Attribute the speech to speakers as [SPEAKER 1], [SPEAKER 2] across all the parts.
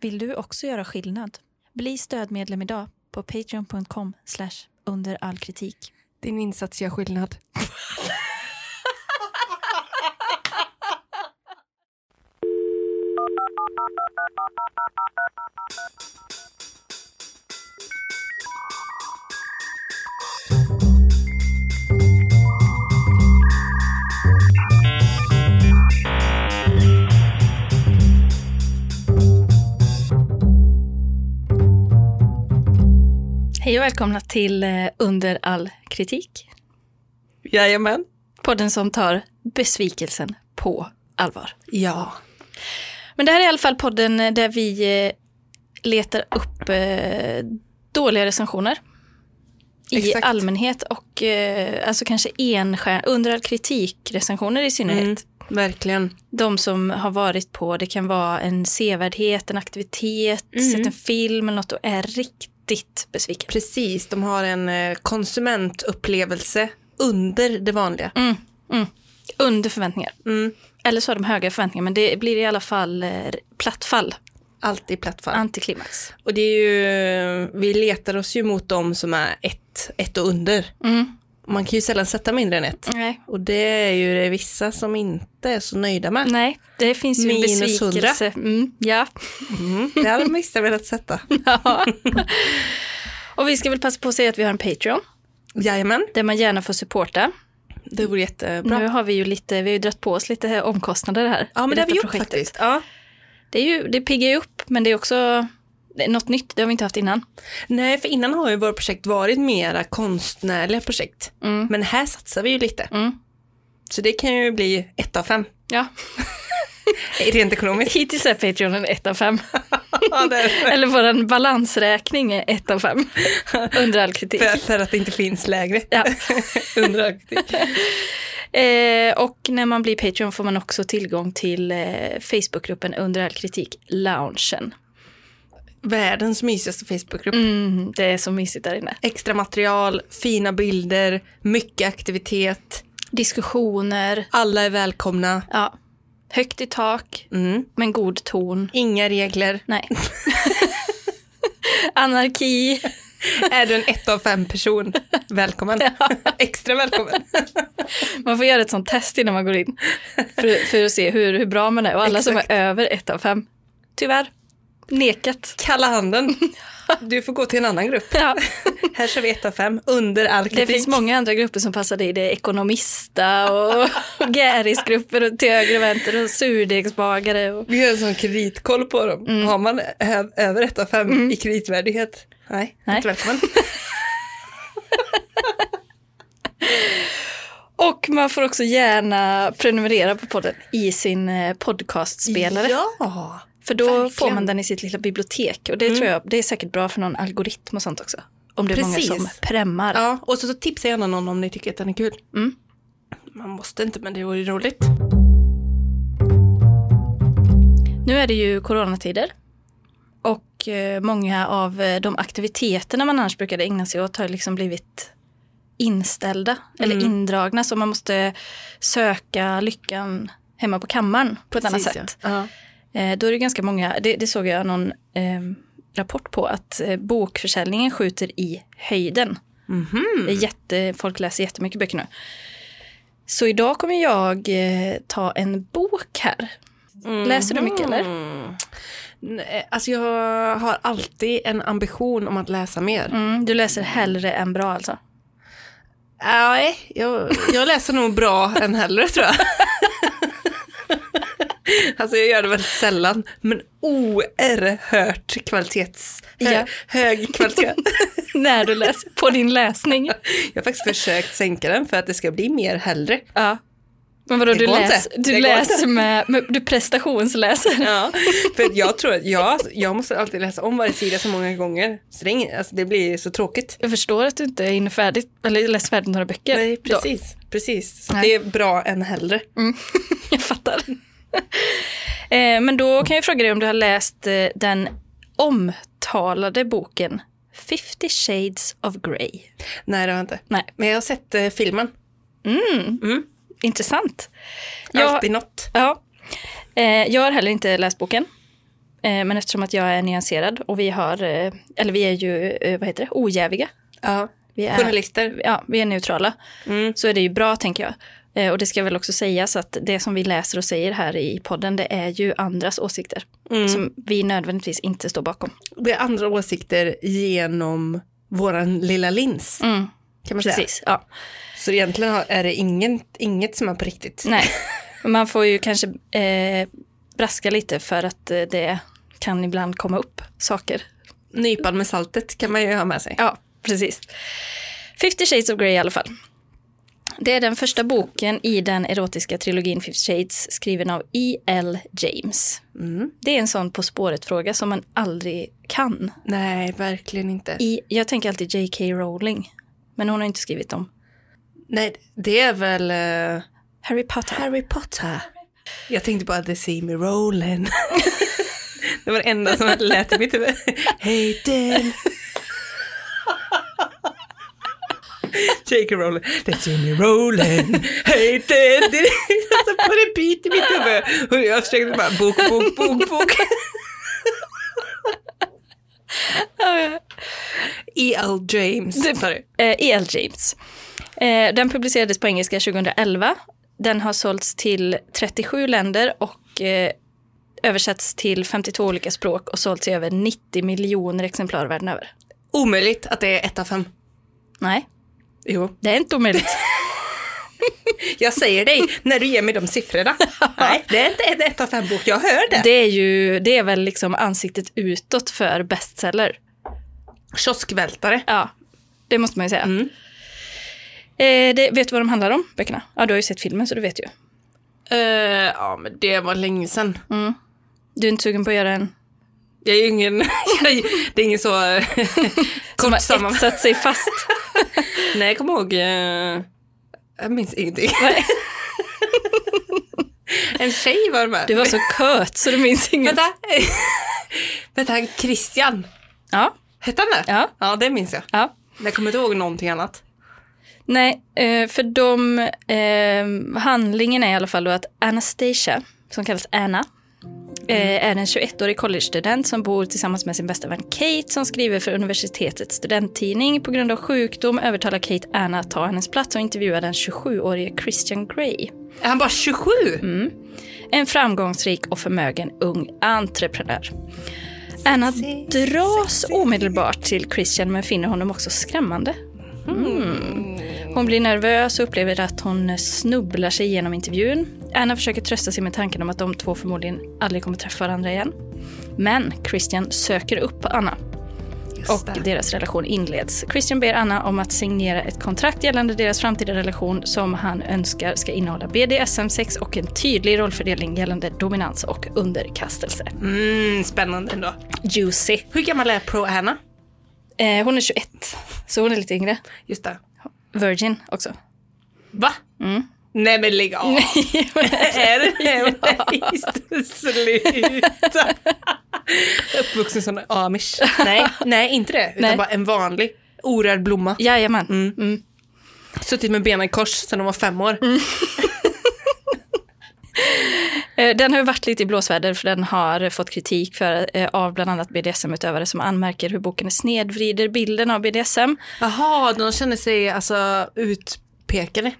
[SPEAKER 1] Vill du också göra skillnad? Bli stödmedlem idag på patreon.com under all kritik.
[SPEAKER 2] Din insats gör skillnad.
[SPEAKER 1] Hej och välkomna till eh, Under all kritik.
[SPEAKER 2] Jajamän.
[SPEAKER 1] Podden som tar besvikelsen på allvar.
[SPEAKER 2] Ja.
[SPEAKER 1] Men det här är i alla fall podden eh, där vi eh, letar upp eh, dåliga recensioner. I
[SPEAKER 2] Exakt.
[SPEAKER 1] allmänhet och eh, alltså kanske enstjär, under all kritik recensioner i synnerhet.
[SPEAKER 2] Mm. Verkligen.
[SPEAKER 1] de som har varit på, det kan vara en sevärdhet, en aktivitet,
[SPEAKER 2] Mm.
[SPEAKER 1] sett en film eller något och är riktigt besviken.
[SPEAKER 2] Precis, de har en eh, konsumentupplevelse under det vanliga.
[SPEAKER 1] Mm, mm. Under förväntningar.
[SPEAKER 2] Mm.
[SPEAKER 1] Eller så har de höga förväntningar, men det blir i alla fall eh, plattfall,
[SPEAKER 2] Alltid plattform.
[SPEAKER 1] antiklimax.
[SPEAKER 2] och det är ju, eh, vi letar oss ju mot de som är ett, ett och under.
[SPEAKER 1] Mm.
[SPEAKER 2] Man kan ju sällan sätta mindre än ett.
[SPEAKER 1] Nej.
[SPEAKER 2] Och det är ju det vissa som inte är så nöjda med.
[SPEAKER 1] Nej, det finns ju en
[SPEAKER 2] Minus
[SPEAKER 1] besvikelse. Mm, ja.
[SPEAKER 2] Mm. Det hade vissa velat sätta.
[SPEAKER 1] Ja. och vi ska väl passa på att säga att vi har en Patreon,
[SPEAKER 2] Jajamän,
[SPEAKER 1] där man gärna får supporta.
[SPEAKER 2] det vore jättebra.
[SPEAKER 1] Nu har vi ju lite, vi har ju dragit på oss lite omkostnader här.
[SPEAKER 2] Mm. Ja
[SPEAKER 1] i
[SPEAKER 2] men det har vi
[SPEAKER 1] detta
[SPEAKER 2] gjort
[SPEAKER 1] projektet.
[SPEAKER 2] faktiskt. Ja.
[SPEAKER 1] Det, är ju, det piggar ju upp, men det är också det är något nytt. Det har vi inte haft innan.
[SPEAKER 2] Nej för innan har ju våra projekt varit mera konstnärliga projekt.
[SPEAKER 1] Mm.
[SPEAKER 2] Men här satsar vi ju lite.
[SPEAKER 1] Mm.
[SPEAKER 2] Så det kan ju bli ett av fem.
[SPEAKER 1] Ja.
[SPEAKER 2] Rent ekonomiskt.
[SPEAKER 1] Hittills är Patreon en 1 av 5.
[SPEAKER 2] Ja, det är det.
[SPEAKER 1] Eller vår balansräkning är 1 av 5. Under all kritik.
[SPEAKER 2] för, för att det inte finns lägre.
[SPEAKER 1] Ja.
[SPEAKER 2] Underaktigt.
[SPEAKER 1] Eh, och när man blir Patreon får man också tillgång till eh, Facebookgruppen Under all kritik, loungen.
[SPEAKER 2] Världens mysigaste Facebookgrupp.
[SPEAKER 1] Mm, det är så mysigt där inne.
[SPEAKER 2] Extra material, fina bilder, mycket aktivitet.
[SPEAKER 1] Diskussioner,
[SPEAKER 2] Alla är välkomna.
[SPEAKER 1] ja. högt i tak,
[SPEAKER 2] Mm.
[SPEAKER 1] men god ton.
[SPEAKER 2] Inga regler.
[SPEAKER 1] Nej. Anarki.
[SPEAKER 2] Är du en ett av fem person, välkommen. Extra välkommen.
[SPEAKER 1] Man får göra ett sånt test innan man går in för, för att se hur, hur bra man är. Och alla som
[SPEAKER 2] Exakt.
[SPEAKER 1] är över ett av fem, tyvärr, nekat.
[SPEAKER 2] Kalla handen. Du får gå till en annan grupp.
[SPEAKER 1] Ja,
[SPEAKER 2] Här kör vi ett av fem, under all
[SPEAKER 1] det
[SPEAKER 2] kritik.
[SPEAKER 1] finns många andra grupper som passar dig. Det är ekonomista och gärisgrupper och till höger och vänster och surdegsbagare. Och...
[SPEAKER 2] Vi gör en sån kreditkoll på dem.
[SPEAKER 1] Mm.
[SPEAKER 2] Har man ö- över ett av fem i kreditvärdighet? Nej,
[SPEAKER 1] Nej.
[SPEAKER 2] inte välkommen.
[SPEAKER 1] och man får också gärna prenumerera på podden i sin eh, podcastspelare.
[SPEAKER 2] Ja,
[SPEAKER 1] för då får
[SPEAKER 2] verkligen. Mm.
[SPEAKER 1] man den i sitt lilla bibliotek. Och det tror jag, det är säkert bra för någon algoritm och sånt också. Om det är
[SPEAKER 2] Precis.
[SPEAKER 1] många som premmar.
[SPEAKER 2] ja. och så, så tipsa gärna någon om ni tycker att den är kul.
[SPEAKER 1] Mm.
[SPEAKER 2] Man måste inte, men det vore roligt.
[SPEAKER 1] Nu är det ju coronatider och eh, många av eh, de aktiviteterna man annars brukade ägna sig åt har liksom blivit inställda eller
[SPEAKER 2] Mm.
[SPEAKER 1] indragna så man måste söka lyckan hemma på kammaren på ett annat sätt.
[SPEAKER 2] Ja.
[SPEAKER 1] Eh, Då är det ganska många, det, det såg jag någon eh, rapport på, att eh, bokförsäljningen skjuter i höjden.
[SPEAKER 2] Mm.
[SPEAKER 1] Det är jätte, folk läser jättemycket böcker nu. Så idag kommer jag eh, ta en bok här. Läser du mycket, eller?
[SPEAKER 2] Mm. Mhm. Nej, Alltså jag har alltid en ambition om att läsa mer.
[SPEAKER 1] Mm, du läser hellre än bra alltså?
[SPEAKER 2] Nej, jag, jag läser nog bra än hellre tror jag. Alltså jag gör det väldigt sällan, men oerhört kvalitets... Hö,
[SPEAKER 1] Ja.
[SPEAKER 2] Hög kvalitet.
[SPEAKER 1] när du läser, på din läsning.
[SPEAKER 2] Jag har faktiskt försökt sänka den för att det ska bli mer hellre.
[SPEAKER 1] Ja. Men vadå,
[SPEAKER 2] Det
[SPEAKER 1] du,
[SPEAKER 2] går inte.
[SPEAKER 1] läs,
[SPEAKER 2] Det
[SPEAKER 1] du
[SPEAKER 2] går
[SPEAKER 1] läser med, med, du prestationsläser.
[SPEAKER 2] Ja, för att jag tror att jag, jag måste alltid läsa om varje sida så många gånger. Så det, är ingen, alltså det blir så tråkigt.
[SPEAKER 1] Jag förstår att du inte är inne färdigt, eller läst färdigt några böcker.
[SPEAKER 2] Nej,
[SPEAKER 1] då.
[SPEAKER 2] precis. precis. Så
[SPEAKER 1] Nej. Mm.
[SPEAKER 2] det är bra än hellre.
[SPEAKER 1] Jag fattar. eh, men då kan jag fråga dig om du har läst eh, den omtalade boken 50 shades of Grey.
[SPEAKER 2] Nej, det har jag inte.
[SPEAKER 1] Nej,
[SPEAKER 2] Men jag har sett eh, filmen.
[SPEAKER 1] intressant. Jag-
[SPEAKER 2] Alltid något.
[SPEAKER 1] Ja. Eh, jag har heller inte läst boken. Eh, men eftersom att jag är nyanserad och vi har, eh, eller vi är ju, eh, vad heter det, ojäviga.
[SPEAKER 2] Ja.
[SPEAKER 1] Vi är,
[SPEAKER 2] Journalister.
[SPEAKER 1] ja, vi är neutrala.
[SPEAKER 2] Mm.
[SPEAKER 1] Så är det ju bra tänker jag. Eh, Och det ska väl också sägas att det som vi läser och säger här i podden, det är ju andras åsikter.
[SPEAKER 2] Mm.
[SPEAKER 1] Som vi nödvändigtvis inte står bakom.
[SPEAKER 2] Det är andra åsikter genom våran lilla lins.
[SPEAKER 1] Mm,
[SPEAKER 2] Kan man säga.
[SPEAKER 1] precis, ja.
[SPEAKER 2] Så egentligen har- är det inget, inget som är på riktigt.
[SPEAKER 1] Nej, man får ju kanske eh, braska lite för att eh, det kan ibland komma upp saker.
[SPEAKER 2] Nypan med saltet kan man ju ha med sig.
[SPEAKER 1] Ja, precis. 50 Shades of Grey i alla fall. Det är den första boken i den erotiska trilogin 50 Shades skriven av E.L. James.
[SPEAKER 2] Mm.
[SPEAKER 1] Det är en sån På spåret-fråga som man aldrig kan.
[SPEAKER 2] Nej, verkligen inte.
[SPEAKER 1] I, jag tänker alltid J.K. Rowling, men hon har inte skrivit dem.
[SPEAKER 2] Nej, det är väl eh,
[SPEAKER 1] Harry Potter.
[SPEAKER 2] Harry Potter. Jag tänkte bara The See Me Rollin'. det var det enda som lät i mitt huvud. Hey Dan. J.K. Rowling. The See Me Rollin'. Hey Dan. Det är alltså på repeat i mitt huvud. Och jag försökte bara bok, bok, bok, bok. E.L. E James. Sa du?
[SPEAKER 1] Eh, E.L. James. Eh, den publicerades på engelska 2011. Den har sålts till 37 länder och eh, översatts till 52 olika språk och sålts i över 90 miljoner exemplar världen över.
[SPEAKER 2] Omöjligt att det är ett av fem.
[SPEAKER 1] Nej,
[SPEAKER 2] Jo.
[SPEAKER 1] det är inte omöjligt.
[SPEAKER 2] Jag säger dig när du ger mig de siffrorna. Nej, det är inte en ett av fem bok. Jag hör det.
[SPEAKER 1] Det är ju, det är väl liksom ansiktet utåt för bestseller.
[SPEAKER 2] Kioskvältare.
[SPEAKER 1] Ja, det måste man ju säga.
[SPEAKER 2] Mm.
[SPEAKER 1] Eh, det, vet du vad de handlar om, böckerna? Ja, du har ju sett filmen så du vet ju.
[SPEAKER 2] Eh, ja, men det var länge sedan.
[SPEAKER 1] Du är inte sugen på att göra en
[SPEAKER 2] Jag är ju ingen... jag- det är ingen så eh,
[SPEAKER 1] som
[SPEAKER 2] kort
[SPEAKER 1] har
[SPEAKER 2] sammanfattning.
[SPEAKER 1] etsat sig fast?
[SPEAKER 2] Nej, jag kommer ihåg... eh, jag minns ingenting.
[SPEAKER 1] Nej.
[SPEAKER 2] en tjej var med.
[SPEAKER 1] Du var så köt så du minns inget.
[SPEAKER 2] Vänta. Vänta, Christian.
[SPEAKER 1] Ja,
[SPEAKER 2] Hette han det?
[SPEAKER 1] Ja.
[SPEAKER 2] Ja, det minns jag.
[SPEAKER 1] ja.
[SPEAKER 2] Men Jag kommer inte ihåg någonting annat.
[SPEAKER 1] Nej, eh, för de, eh, handlingen är i alla fall då att Anastasia, som kallas Anna,
[SPEAKER 2] Mm.
[SPEAKER 1] eh, är en 21-årig collegestudent som bor tillsammans med sin bästa vän Kate som skriver för universitetets studenttidning. På grund av sjukdom övertalar Kate Anna att ta hennes plats och intervjua den 27-årige Christian Grey.
[SPEAKER 2] Är han bara 27?
[SPEAKER 1] En framgångsrik och förmögen ung entreprenör. Anna dras omedelbart till Christian men finner honom också skrämmande. Hon blir nervös och upplever att hon snubblar sig igenom intervjun. Anna försöker trösta sig med tanken om att de två förmodligen aldrig kommer träffa varandra igen. Men Christian söker upp Anna
[SPEAKER 2] Just
[SPEAKER 1] och
[SPEAKER 2] det.
[SPEAKER 1] deras relation inleds. Christian ber Anna om att signera ett kontrakt gällande deras framtida relation som han önskar ska innehålla BDSM, sex och en tydlig rollfördelning gällande dominans och underkastelse.
[SPEAKER 2] Mm, spännande ändå.
[SPEAKER 1] Juicy.
[SPEAKER 2] Hur gammal är Pro-Anna?
[SPEAKER 1] Eh, hon är 21, så hon är lite yngre.
[SPEAKER 2] Just det.
[SPEAKER 1] Virgin också.
[SPEAKER 2] Va? Nej men lägg av. är det det? Sluta. Uppvuxen som en amish. Nej, nej inte det. Utan
[SPEAKER 1] Nej.
[SPEAKER 2] bara en vanlig orörd blomma.
[SPEAKER 1] Jajamän. Mm.
[SPEAKER 2] Suttit med benen i kors sedan hon var fem år.
[SPEAKER 1] Eh, Den har ju varit lite i blåsväder för den har fått kritik för, eh, av bland annat BDSM-utövare som anmärker hur boken snedvrider bilden av BDSM
[SPEAKER 2] Jaha, de känner sig alltså utpekade.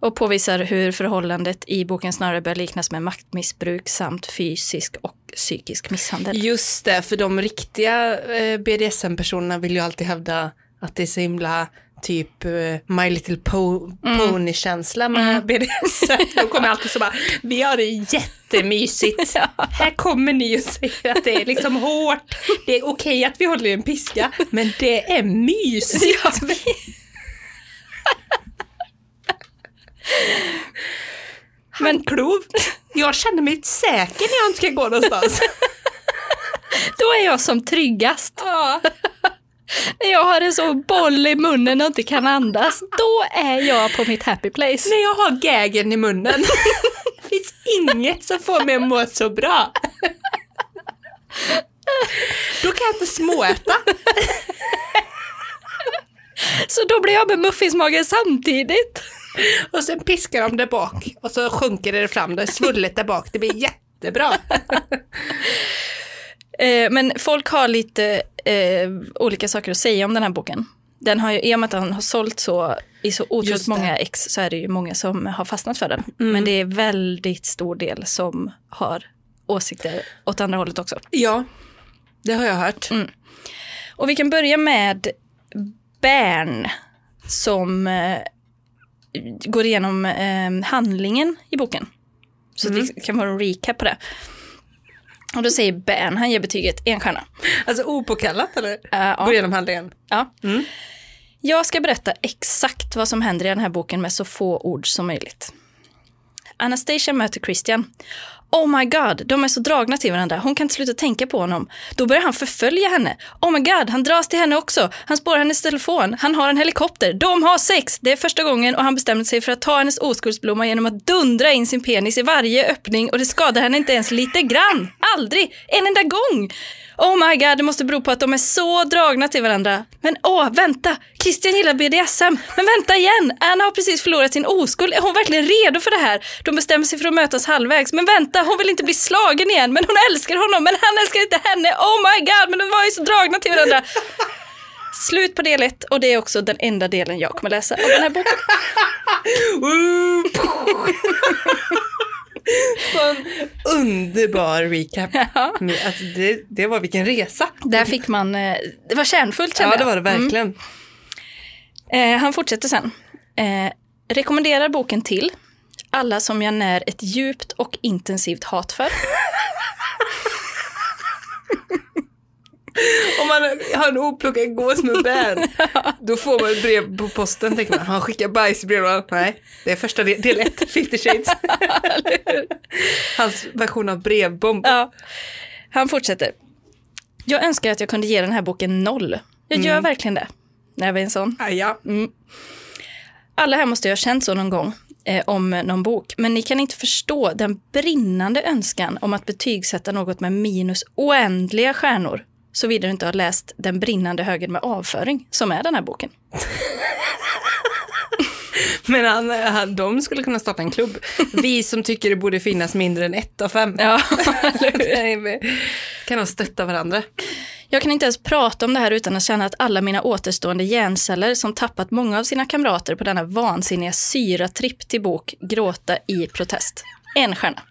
[SPEAKER 1] och påvisar hur förhållandet i boken snarare bör liknas med maktmissbruk samt fysisk och psykisk misshandel.
[SPEAKER 2] Just det, för de riktiga eh, BDSM-personerna vill ju alltid hävda att det är så himla typ eh, My Little po- Pony-känsla med BDSM. De kommer alltid så bara, vi har det jättemysigt. Här kommer ni och säger att det är liksom hårt. Det är okej att vi håller i en piska, men det är mysigt.
[SPEAKER 1] Men
[SPEAKER 2] Klov, jag känner mig säker när jag inte ska gå någonstans.
[SPEAKER 1] då är jag som tryggast.
[SPEAKER 2] Ja.
[SPEAKER 1] När jag har en sån boll i munnen och inte kan andas, då är jag på mitt happy place.
[SPEAKER 2] När jag har gägen i munnen. Det finns inget som får mig att må så bra. Då kan jag inte småäta.
[SPEAKER 1] Så då blir jag med muffinsmagen samtidigt.
[SPEAKER 2] Och sen piskar de där bak och så sjunker det fram, det är svullet där bak. Det blir jättebra.
[SPEAKER 1] Eh, men folk har lite eh, olika saker att säga om den här boken. Den har ju, I och med att den har sålt så, i så otroligt
[SPEAKER 2] Just det. Mm.
[SPEAKER 1] många ex så är det ju många som har fastnat för den. Men det är väldigt stor del som har åsikter åt andra hållet också.
[SPEAKER 2] Ja, det har jag hört.
[SPEAKER 1] Och vi kan börja med Bern som eh, går igenom eh, handlingen i boken. Så
[SPEAKER 2] Mm.
[SPEAKER 1] det kan vara en recap på det. Och då säger Bern, han ger betyget en stjärna.
[SPEAKER 2] Alltså opåkallat eller?
[SPEAKER 1] Eh, ja.
[SPEAKER 2] Går igenom handlingen.
[SPEAKER 1] Ja. Jag ska berätta exakt vad som händer i den här boken med så få ord som möjligt. Anastasia möter Christian. Oh my god, de är så dragna till varandra. Hon kan inte sluta tänka på honom. Då börjar han förfölja henne. Oh my god, han dras till henne också. Han spårar hennes telefon. Han har en helikopter. De har sex. Det är första gången och han bestämmer sig för att ta hennes oskuldsblomma genom att dundra in sin penis i varje öppning och det skadar henne inte ens lite grann. Aldrig. En enda gång. Oh my god, det måste bero på att de är så dragna till varandra. Men åh, vänta! Christian gillar BDSM. Men vänta igen! Anna har precis förlorat sin oskuld. Är hon verkligen redo för det här? De bestämmer sig för att mötas halvvägs. Men vänta, hon vill inte bli slagen igen. Men hon älskar honom, men han älskar inte henne. Oh my god, men de var ju så dragna till varandra. Slut på del ett och det är också den enda delen jag kommer läsa av den här boken.
[SPEAKER 2] Ooh, Sån underbar recap.
[SPEAKER 1] Ja.
[SPEAKER 2] Men, Alltså, det, det var vilken resa. Mm.
[SPEAKER 1] Där fick man, eh, det var kärnfullt kände
[SPEAKER 2] Ja, det
[SPEAKER 1] jag.
[SPEAKER 2] var det verkligen.
[SPEAKER 1] Eh, han fortsätter sen. Eh, rekommenderar boken till alla som jag när ett djupt och intensivt hat för.
[SPEAKER 2] Om man har en oplockad gås med bär, då får man ett brev på posten, tänker man. Han skickar bajs i brevlådan. Nej, det är första del, del ett, 50 shades. Hans version av brevbomb.
[SPEAKER 1] Ja. Han fortsätter. Jag önskar att jag kunde ge den här boken noll. Jag gör verkligen det. När jag var en sån.
[SPEAKER 2] Ah, ja.
[SPEAKER 1] Alla här måste ju ha känt så någon gång eh, om någon bok, men ni kan inte förstå den brinnande önskan om att betygsätta något med minus oändliga stjärnor, såvida du inte har läst Den brinnande högen med avföring, som är den här boken.
[SPEAKER 2] Men han, han, de skulle kunna starta en klubb. Vi som tycker det borde finnas mindre än ett av fem.
[SPEAKER 1] Ja,
[SPEAKER 2] kan de stötta varandra?
[SPEAKER 1] Jag kan inte ens prata om det här utan att känna att alla mina återstående hjärnceller som tappat många av sina kamrater på denna vansinniga syratripp till bok gråta i protest. En stjärna.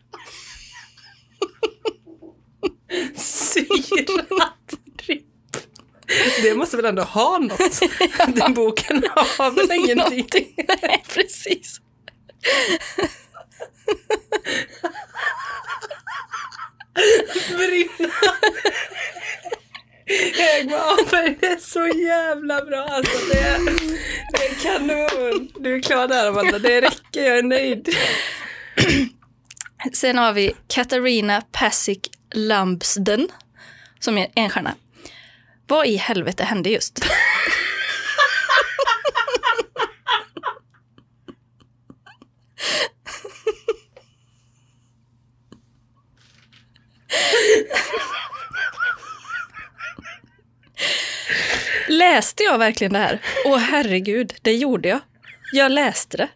[SPEAKER 2] Syratripp. Det måste väl ändå ha något? Den boken har väl ingenting?
[SPEAKER 1] Någonting. Nej, precis.
[SPEAKER 2] Brinna. Högman Ahlberg, det är så jävla bra alltså. Det är, det är kanon. Du är klar där Amanda, det räcker, jag är nöjd.
[SPEAKER 1] Sen har vi Katarina Pasik Lambsden som är en stjärna. Vad i helvete hände just? Läste jag verkligen det här? Åh herregud, det gjorde jag. Jag läste det.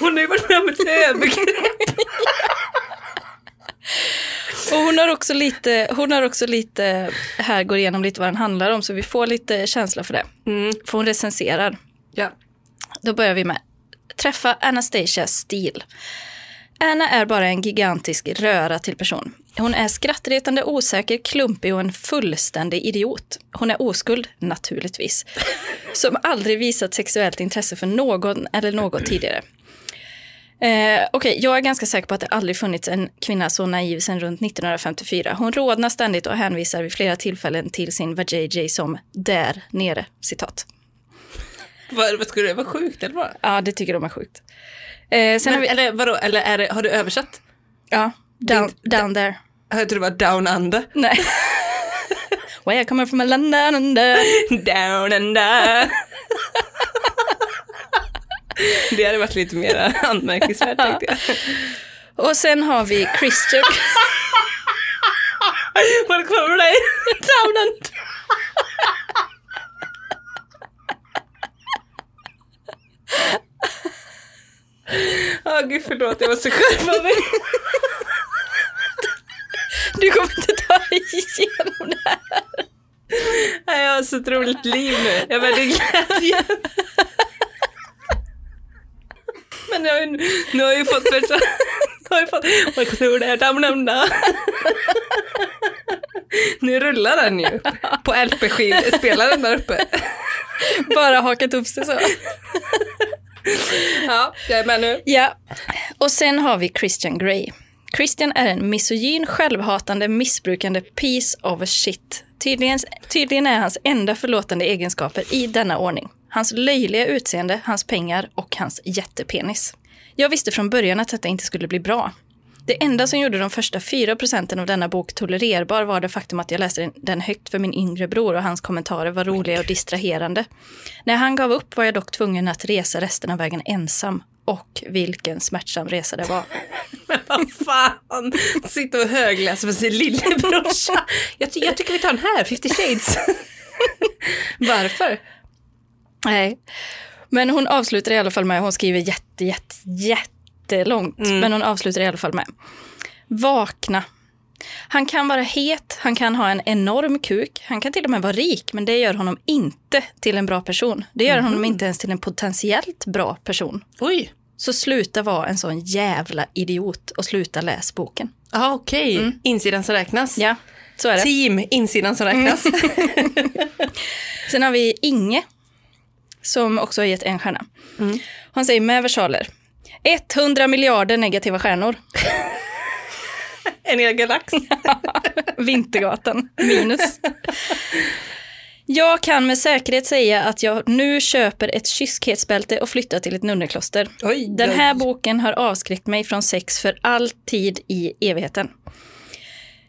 [SPEAKER 2] Hon har ju varit med om ett övergrepp.
[SPEAKER 1] Och hon har också lite, hon har också lite, här går igenom lite vad den handlar om så vi får lite känsla för det. För hon recenserar.
[SPEAKER 2] Ja.
[SPEAKER 1] Då börjar vi med träffa Anastasia Steele. Anna är bara en gigantisk röra till person. Hon är skrattretande, osäker, klumpig och en fullständig idiot. Hon är oskuld, naturligtvis, som aldrig visat sexuellt intresse för någon eller något tidigare. Eh, Okej, jag är ganska säker på att det aldrig funnits en kvinna så naiv sedan runt 1954. Hon rodnar ständigt och hänvisar vid flera tillfällen till sin vajayjay som där nere, citat.
[SPEAKER 2] Vad, vad skulle det vara sjukt eller vad?
[SPEAKER 1] Ja, det tycker de är sjukt. Eh, sen
[SPEAKER 2] Men,
[SPEAKER 1] har vi,
[SPEAKER 2] Eller vadå, eller är det, har du översatt?
[SPEAKER 1] ja, down,
[SPEAKER 2] inte-
[SPEAKER 1] down there.
[SPEAKER 2] Jag tror det var down under.
[SPEAKER 1] Nej. Where I come from a land down under.
[SPEAKER 2] Down under. Det hade varit lite mer anmärkningsvärt tänkte jag.
[SPEAKER 1] Och sen har vi Christian.
[SPEAKER 2] Var det kvar med dig? Down under. Ja, gud förlåt, jag måste skärpa mig.
[SPEAKER 1] Du kommer inte ta dig igenom det.
[SPEAKER 2] har så ett roligt liv nu. Jag är väldigt glädje. Men jag har ju, nu har jag ju fått första... Nu har jag fått... Vad tror det är? Dam, dam, dam. Nu rullar den ju på LP-spelaren där uppe.
[SPEAKER 1] Bara hakat upp sig så.
[SPEAKER 2] Ja, jag är med nu.
[SPEAKER 1] Ja. Och sen har vi Christian Grey. Christian är en misogyn, självhatande, missbrukande piece of shit. Tydligen, tydligen är hans enda förlåtande egenskaper i denna ordning. Hans löjliga utseende, hans pengar och hans jättepenis. Jag visste från början att detta inte skulle bli bra. Det enda som gjorde de första 4 procenten av denna bok tolererbar var det faktum att jag läste den- den högt för min yngre bror och hans kommentarer var roliga och distraherande. När han gav upp var jag dock tvungen att resa resten av vägen ensam. Och vilken smärtsam resa det var.
[SPEAKER 2] Men vad fan, sitta och högläsa för sin lillebrorsa. Jag, ty- jag tycker vi tar den här, 50 shades. Varför?
[SPEAKER 1] Nej. Men hon avslutar i alla fall med, hon skriver jätte, jätte, jättelångt, men hon avslutar i alla fall med. Vakna. Han kan vara het, han kan ha en enorm kuk, han kan till och med vara rik, men det gör honom inte till en bra person. Det gör honom inte ens till en potentiellt bra person.
[SPEAKER 3] Oj.
[SPEAKER 1] Så sluta vara en sån jävla idiot och sluta läs boken.
[SPEAKER 3] Ja, okej.
[SPEAKER 2] Mm.
[SPEAKER 3] Insidan som räknas.
[SPEAKER 1] Ja, så är det.
[SPEAKER 3] Team, insidan som
[SPEAKER 2] Mm.
[SPEAKER 3] räknas.
[SPEAKER 1] Sen har vi Inge, som också har gett en stjärna. Han säger med versaler. 100 miljarder negativa stjärnor.
[SPEAKER 3] en hel galax.
[SPEAKER 1] Vintergatan, minus. Jag kan med säkerhet säga att jag nu köper ett kyskhetsbälte och flyttar till ett nunnekloster.
[SPEAKER 3] Oj,
[SPEAKER 1] Den här boken har avskräckt mig från sex för all tid i evigheten.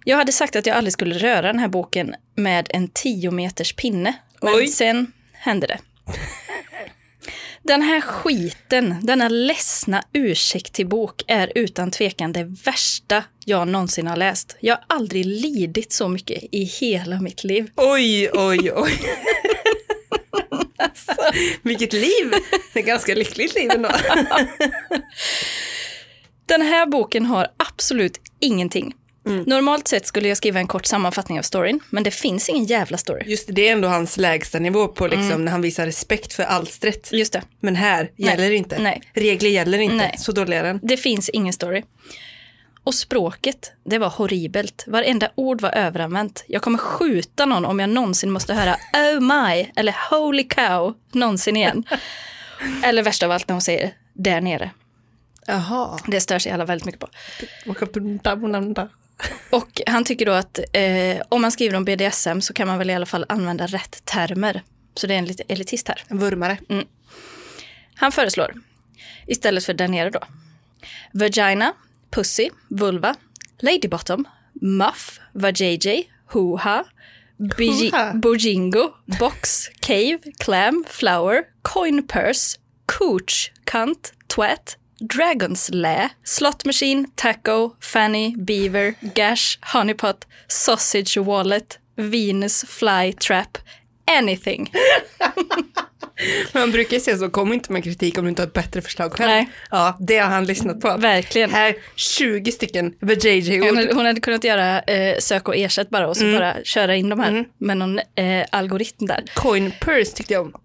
[SPEAKER 1] Jag hade sagt att jag aldrig skulle röra den här boken med en 10 meters pinne. Men
[SPEAKER 3] Oj.
[SPEAKER 1] sen hände det. Den här skiten, denna ledsna ursäkt till bok är utan tvekan det värsta jag någonsin har läst. Jag har aldrig lidit så mycket i hela mitt liv.
[SPEAKER 3] Oj, oj, oj.
[SPEAKER 2] Alltså.
[SPEAKER 3] Vilket liv! Det är ganska lyckligt liv ändå.
[SPEAKER 1] Den här boken har absolut ingenting. Normalt sett skulle jag skriva en kort sammanfattning av storyn, men det finns ingen jävla story.
[SPEAKER 3] Just det, det är ändå hans lägsta nivå på liksom, när han visar respekt för alstret.
[SPEAKER 1] Just det.
[SPEAKER 3] Men här gäller det inte.
[SPEAKER 1] Nej.
[SPEAKER 3] Regler gäller inte.
[SPEAKER 1] Nej.
[SPEAKER 3] Så dålig är den.
[SPEAKER 1] Det finns ingen story. Och språket, det var horribelt. Varenda ord var överanvänt. Jag kommer skjuta någon om jag någonsin måste höra oh my eller holy cow någonsin igen. eller värst av allt när hon säger där nere.
[SPEAKER 3] Jaha.
[SPEAKER 1] Det stör sig alla väldigt mycket på. Och han tycker då att eh, om man skriver om BDSM så kan man väl i alla fall använda rätt termer. Så det är en lite elitist här.
[SPEAKER 3] En vurmare.
[SPEAKER 1] Han föreslår, istället för där nere då, Vagina, Pussy, Vulva, Lady Bottom, Muff, Vajayjay, Hoo-Ha, Biji-
[SPEAKER 3] Hoo-ha.
[SPEAKER 1] Bojingo, Box, Cave, Clam, Flower, Coin Purse, Cooch, Cunt, Twat, Dragon's Lair, Slot Machine, Taco, Fanny, Beaver, Gash, Honeypot, Sausage Wallet, Venus, Fly, Trap, Anything.
[SPEAKER 3] Man brukar ju säga så, kom inte med kritik om du inte har ett bättre förslag själv.
[SPEAKER 1] Nej.
[SPEAKER 3] Ja, det har han lyssnat på.
[SPEAKER 1] Verkligen.
[SPEAKER 3] Här, 20 stycken JJ-ord.
[SPEAKER 1] Hon hade, hon hade kunnat göra eh, sök och ersätt bara och så bara köra in de här med någon eh, algoritm där.
[SPEAKER 3] Coin purse tyckte jag om.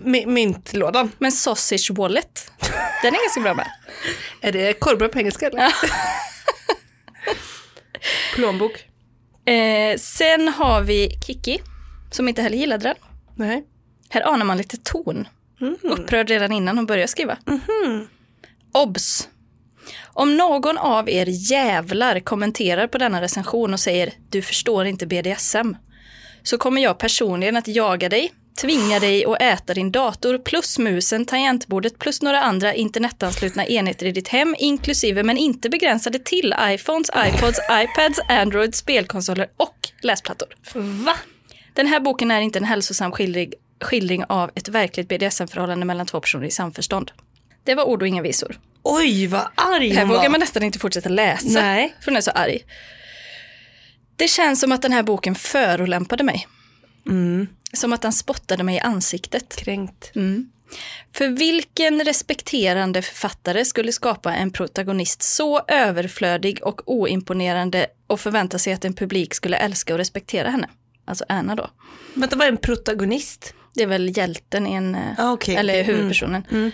[SPEAKER 3] My- myntlådan.
[SPEAKER 1] Men sausage wallet, den är ganska bra med.
[SPEAKER 3] Är det korvbröd på engelska eller? Plånbok.
[SPEAKER 1] Eh, sen har vi Kiki, som inte heller gillade den.
[SPEAKER 3] Nej.
[SPEAKER 1] Här anar man lite ton. Upprörd redan innan hon börjar skriva. Obs! Om någon av er jävlar kommenterar på denna recension och säger du förstår inte BDSM så kommer jag personligen att jaga dig, tvinga dig att äta din dator plus musen, tangentbordet plus några andra internetanslutna enheter i ditt hem inklusive men inte begränsade till iPhones, iPods, iPads, Android, spelkonsoler och läsplattor.
[SPEAKER 3] Va?
[SPEAKER 1] Den här boken är inte en hälsosam skildring, skildring av ett verkligt BDSM-förhållande mellan två personer i samförstånd. Det var ord och inga visor.
[SPEAKER 3] Oj, vad arg
[SPEAKER 1] Här
[SPEAKER 3] hon var.
[SPEAKER 1] vågar man nästan inte fortsätta läsa,
[SPEAKER 3] Nej.
[SPEAKER 1] för den är så arg. Det känns som att den här boken förolämpade mig.
[SPEAKER 2] Mm.
[SPEAKER 1] Som att han spottade mig i ansiktet.
[SPEAKER 3] Kränkt.
[SPEAKER 1] För vilken respekterande författare skulle skapa en protagonist så överflödig och oimponerande och förvänta sig att en publik skulle älska och respektera henne? alltså Anna då.
[SPEAKER 2] Vänta, vad är en protagonist?
[SPEAKER 1] Det är väl hjälten i en, eh,
[SPEAKER 2] Ah, okej,
[SPEAKER 1] eller
[SPEAKER 2] okej.
[SPEAKER 1] huvudpersonen.
[SPEAKER 2] Mm.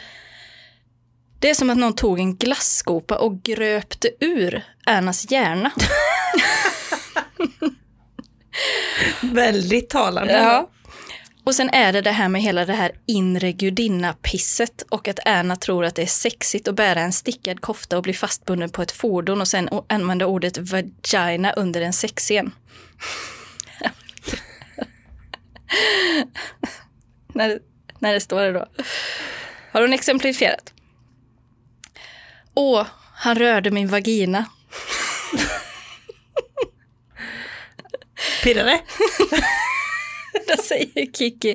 [SPEAKER 1] Det är som att någon tog en glasskopa och gröpte ur Ernas hjärna.
[SPEAKER 2] Väldigt talande.
[SPEAKER 1] Och sen är det det här med hela det här inre gudinna-pisset och att Erna tror att det är sexigt att bära en stickad kofta och bli fastbunden på ett fordon och sen o- använda ordet vagina under en sexscen. när, när det står det då. Har hon exemplifierat? Åh, han rörde min vagina.
[SPEAKER 2] Pirrare.
[SPEAKER 1] Då säger Kiki,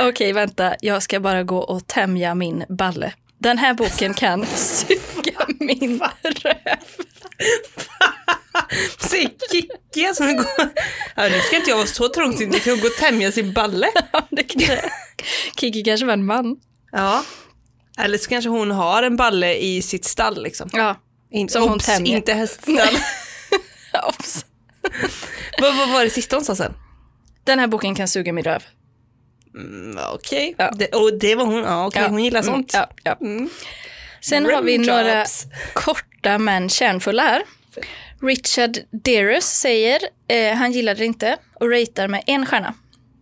[SPEAKER 1] okej vänta, jag ska bara gå och tämja min balle. Den här boken kan suga min röv.
[SPEAKER 2] Säger Kikki som går... Ja, nu ska inte jag vara så trångsynt, det kan ju gå och tämja sin balle.
[SPEAKER 1] Det kanske- Kiki kanske var en man.
[SPEAKER 2] Ja. Eller så kanske hon har en balle i sitt stall liksom.
[SPEAKER 1] Ja.
[SPEAKER 2] In,
[SPEAKER 1] Som hon
[SPEAKER 2] obs,
[SPEAKER 1] tämjer.
[SPEAKER 2] inte häststall.
[SPEAKER 1] Ops.
[SPEAKER 2] vad, vad var det sista hon sa sen?
[SPEAKER 1] Den här boken kan suga min röv.
[SPEAKER 2] Mm, Okej,
[SPEAKER 1] Ja.
[SPEAKER 2] det, och det var hon, ja, okej,
[SPEAKER 1] Ja.
[SPEAKER 2] hon gillar
[SPEAKER 1] Mm,
[SPEAKER 2] sånt.
[SPEAKER 1] Ja, ja.
[SPEAKER 2] Mm.
[SPEAKER 1] Sen har vi
[SPEAKER 2] Rim
[SPEAKER 1] några
[SPEAKER 2] drops.
[SPEAKER 1] korta men kärnfulla här. Richard Dearus säger, eh, han gillade det inte och ratear med en stjärna.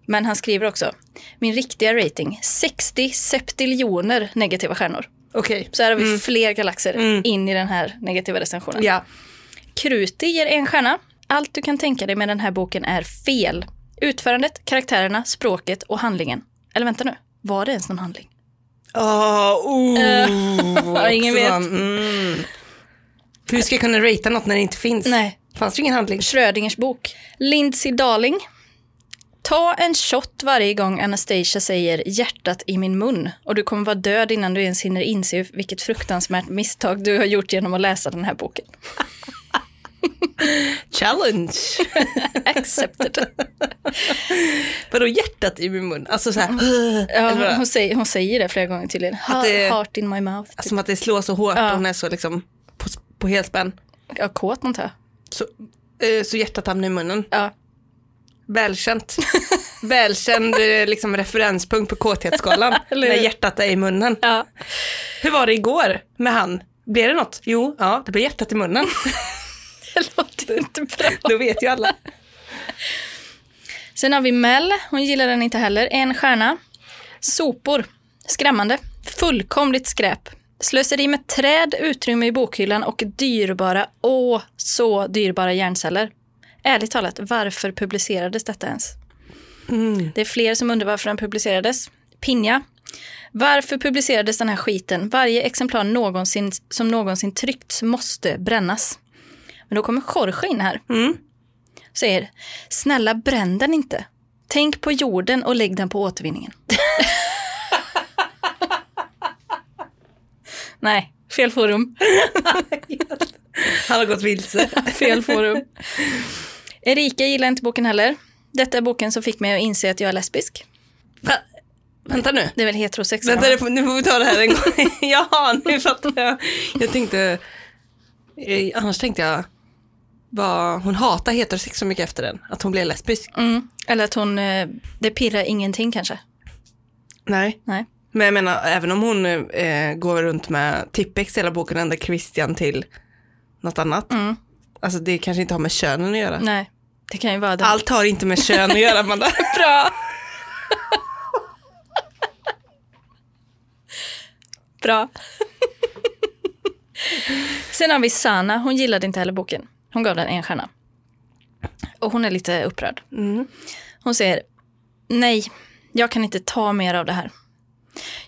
[SPEAKER 1] Men han skriver också, min riktiga rating, 60 septiljoner negativa stjärnor.
[SPEAKER 2] Okej,
[SPEAKER 1] Så här har vi fler galaxer in i den här negativa recensionen.
[SPEAKER 2] Mm. ja.
[SPEAKER 1] Kruti ger en stjärna. Allt du kan tänka dig med den här boken är fel. Utförandet, karaktärerna, språket och handlingen. Eller vänta nu, var det ens någon handling?
[SPEAKER 2] Oh, oh,
[SPEAKER 1] Eh, ingen vet.
[SPEAKER 2] Mm. Hur ska jag kunna ratea något när det inte finns?
[SPEAKER 1] Nej.
[SPEAKER 2] Fanns det ingen handling?
[SPEAKER 1] Schrödingers bok. Lindsay Darling. Ta en shot varje gång Anastasia säger hjärtat i min mun och du kommer vara död innan du ens hinner inse vilket fruktansvärt misstag du har gjort genom att läsa den här boken.
[SPEAKER 2] Challenge!
[SPEAKER 1] Accepted.
[SPEAKER 2] Vadå hjärtat i min mun? Alltså så här,
[SPEAKER 1] Ja,
[SPEAKER 2] Eller
[SPEAKER 1] hon,
[SPEAKER 2] vad?
[SPEAKER 1] hon, säger, hon säger det flera gånger tydligen.
[SPEAKER 2] Att det-
[SPEAKER 1] Heart in my mouth.
[SPEAKER 2] Alltså, som att det slår så hårt
[SPEAKER 1] Ja.
[SPEAKER 2] och hon är så liksom på, på helspänn.
[SPEAKER 1] Ja, kåt antar jag.
[SPEAKER 2] Så, eh, så hjärtat hamnar i munnen.
[SPEAKER 1] Ja.
[SPEAKER 2] Välkänt. Välkänd eh, liksom, referenspunkt på kåthetsskalan.
[SPEAKER 1] Eller hur?
[SPEAKER 2] när hjärtat är i munnen.
[SPEAKER 1] Ja.
[SPEAKER 2] Hur var det igår med han? Blev det något? Jo, ja, det blev hjärtat i munnen.
[SPEAKER 1] Det låter inte bra.
[SPEAKER 2] Då vet ju alla.
[SPEAKER 1] Sen har vi Mel. Hon gillar den inte heller. En stjärna. Sopor. Skrämmande. Fullkomligt skräp. Slöseri med träd, utrymme i bokhyllan och dyrbara, åh så dyrbara hjärnceller. Ärligt talat, varför publicerades detta ens? Det är fler som undrar varför den publicerades. Pinja. Varför publicerades den här skiten? Varje exemplar någonsin, som någonsin tryckts måste brännas. Men då kommer Jorge in här.
[SPEAKER 2] Mm.
[SPEAKER 1] Säger, snälla bränn den inte. Tänk på jorden och lägg den på återvinningen. Nej, fel forum.
[SPEAKER 2] Han har gått vilse.
[SPEAKER 1] Fel forum. Erika gillar inte boken heller. Detta är boken som fick mig att inse att jag är lesbisk.
[SPEAKER 2] Va? Vänta nu.
[SPEAKER 1] Det är väl heterosex?
[SPEAKER 2] Vänta,
[SPEAKER 1] va?
[SPEAKER 2] det får- nu får vi ta det här en gång. Jaha, nu fattar jag. Jag tänkte, eh, annars tänkte jag, vad, hon hatar heterosex så mycket efter den, att hon blev lesbisk.
[SPEAKER 1] Mm. Eller att hon, eh, det pirrar ingenting kanske.
[SPEAKER 2] Nej.
[SPEAKER 1] Nej.
[SPEAKER 2] Men jag menar, även om hon eh, går runt med Tippex hela boken, ända Christian till något annat.
[SPEAKER 1] Mm.
[SPEAKER 2] Alltså det kanske inte har med könen att göra.
[SPEAKER 1] Nej, det kan ju vara det.
[SPEAKER 2] Allt har inte med kön att göra, Amanda.
[SPEAKER 1] bra. bra. Sen har vi Sana, hon gillade inte heller boken. Hon gav den en stjärna. Och hon är lite upprörd. Hon säger, nej, jag kan inte ta mer av det här.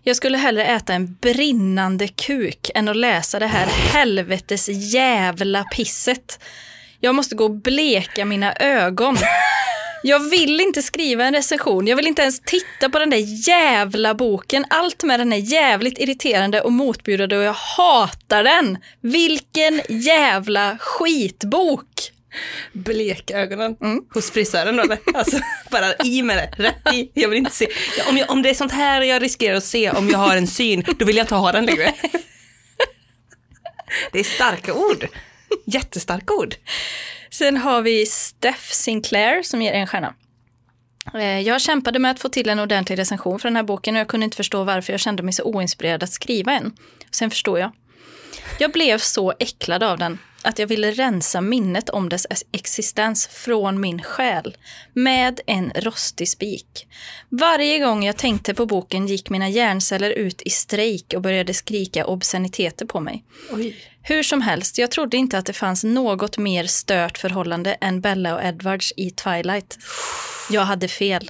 [SPEAKER 1] Jag skulle hellre äta en brinnande kuk än att läsa det här helvetes jävla pisset. Jag måste gå och bleka mina ögon. Jag vill inte skriva en recension. Jag vill inte ens titta på den där jävla boken. Allt med den är jävligt irriterande och motbjudande och jag hatar den. Vilken jävla skitbok!
[SPEAKER 2] Blekögonen
[SPEAKER 1] Mm.
[SPEAKER 2] hos frisören då eller? Alltså bara i med det, rätt i. Jag vill inte se. Om, jag, om det är sånt här jag riskerar att se om jag har en syn, då vill jag inte ha den längre. Det är starka ord. Jättestarka ord.
[SPEAKER 1] Sen har vi Steph Sinclair som ger en stjärna. Eh, Jag kämpade med att få till en ordentlig recension för den här boken och jag kunde inte förstå varför jag kände mig så oinspirerad att skriva en. Sen förstår jag. Jag blev så äcklad av den att jag ville rensa minnet om dess ex- existens från min själ med en rostig spik. Varje gång jag tänkte på boken gick mina hjärnceller ut i strejk och började skrika obsceniteter på mig.
[SPEAKER 3] Oj.
[SPEAKER 1] Hur som helst, jag trodde inte att det fanns något mer stört förhållande än Bella och Edwards i Twilight. Jag hade fel.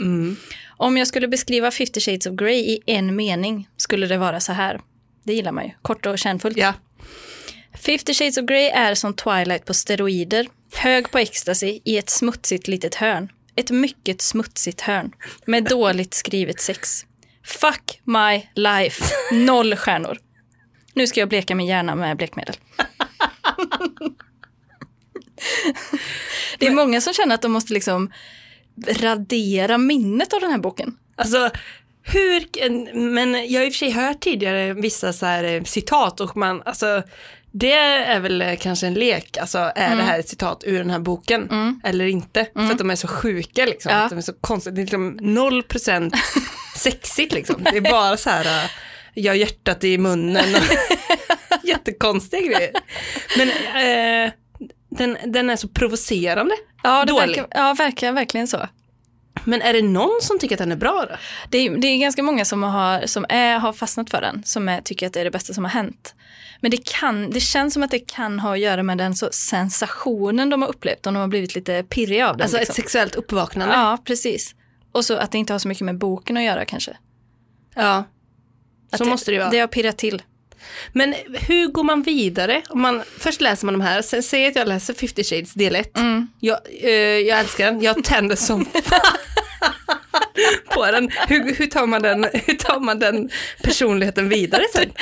[SPEAKER 1] Om jag skulle beskriva 50 shades of Grey i en mening skulle det vara så här. Det gillar man ju, kort och kärnfullt.
[SPEAKER 3] Ja.
[SPEAKER 1] 50 shades of Grey är som Twilight på steroider, hög på ecstasy i ett smutsigt litet hörn. Ett mycket smutsigt hörn med dåligt skrivet sex. Fuck my life. Noll stjärnor. Nu ska jag bleka min hjärna med blekmedel. Det är många som känner att de måste liksom radera minnet av den här boken.
[SPEAKER 2] Alltså, hur, men jag har i och för sig hört tidigare vissa så här eh, citat och man, alltså det är väl eh, kanske en lek, alltså är det här ett citat ur den här boken eller inte? För att de är så sjuka liksom,
[SPEAKER 1] Ja.
[SPEAKER 2] att de är så konstiga, det är liksom 0% sexigt liksom. Det är bara så här, eh, jag har hjärtat i munnen och jättekonstiga grejer. Men eh, den, den är så provocerande.
[SPEAKER 1] Ja, det
[SPEAKER 2] Dålig.
[SPEAKER 1] verkar, ja verkar verkligen så.
[SPEAKER 2] Men är det någon som tycker att den är bra då?
[SPEAKER 1] Det är, det är ganska många som, har, som är, har fastnat för den, som är, tycker att det är det bästa som har hänt. Men det, kan, det känns som att det kan ha att göra med den så sensationen de har upplevt, om de har blivit lite pirriga av den.
[SPEAKER 2] Alltså ett
[SPEAKER 1] liksom.
[SPEAKER 2] sexuellt uppvaknande.
[SPEAKER 1] Ja, precis. Och så att det inte har så mycket med boken att göra kanske.
[SPEAKER 2] Ja.
[SPEAKER 1] Att
[SPEAKER 2] Så måste det ju vara.
[SPEAKER 1] Det har pirrat till.
[SPEAKER 2] Men hur går man vidare? Om man, först läser man de här, sen säger att jag läser 50 shades del 1. Jag, eh, jag älskar den, jag tänder som fan på den. Hur, hur, tar man den. hur tar man den personligheten vidare sen?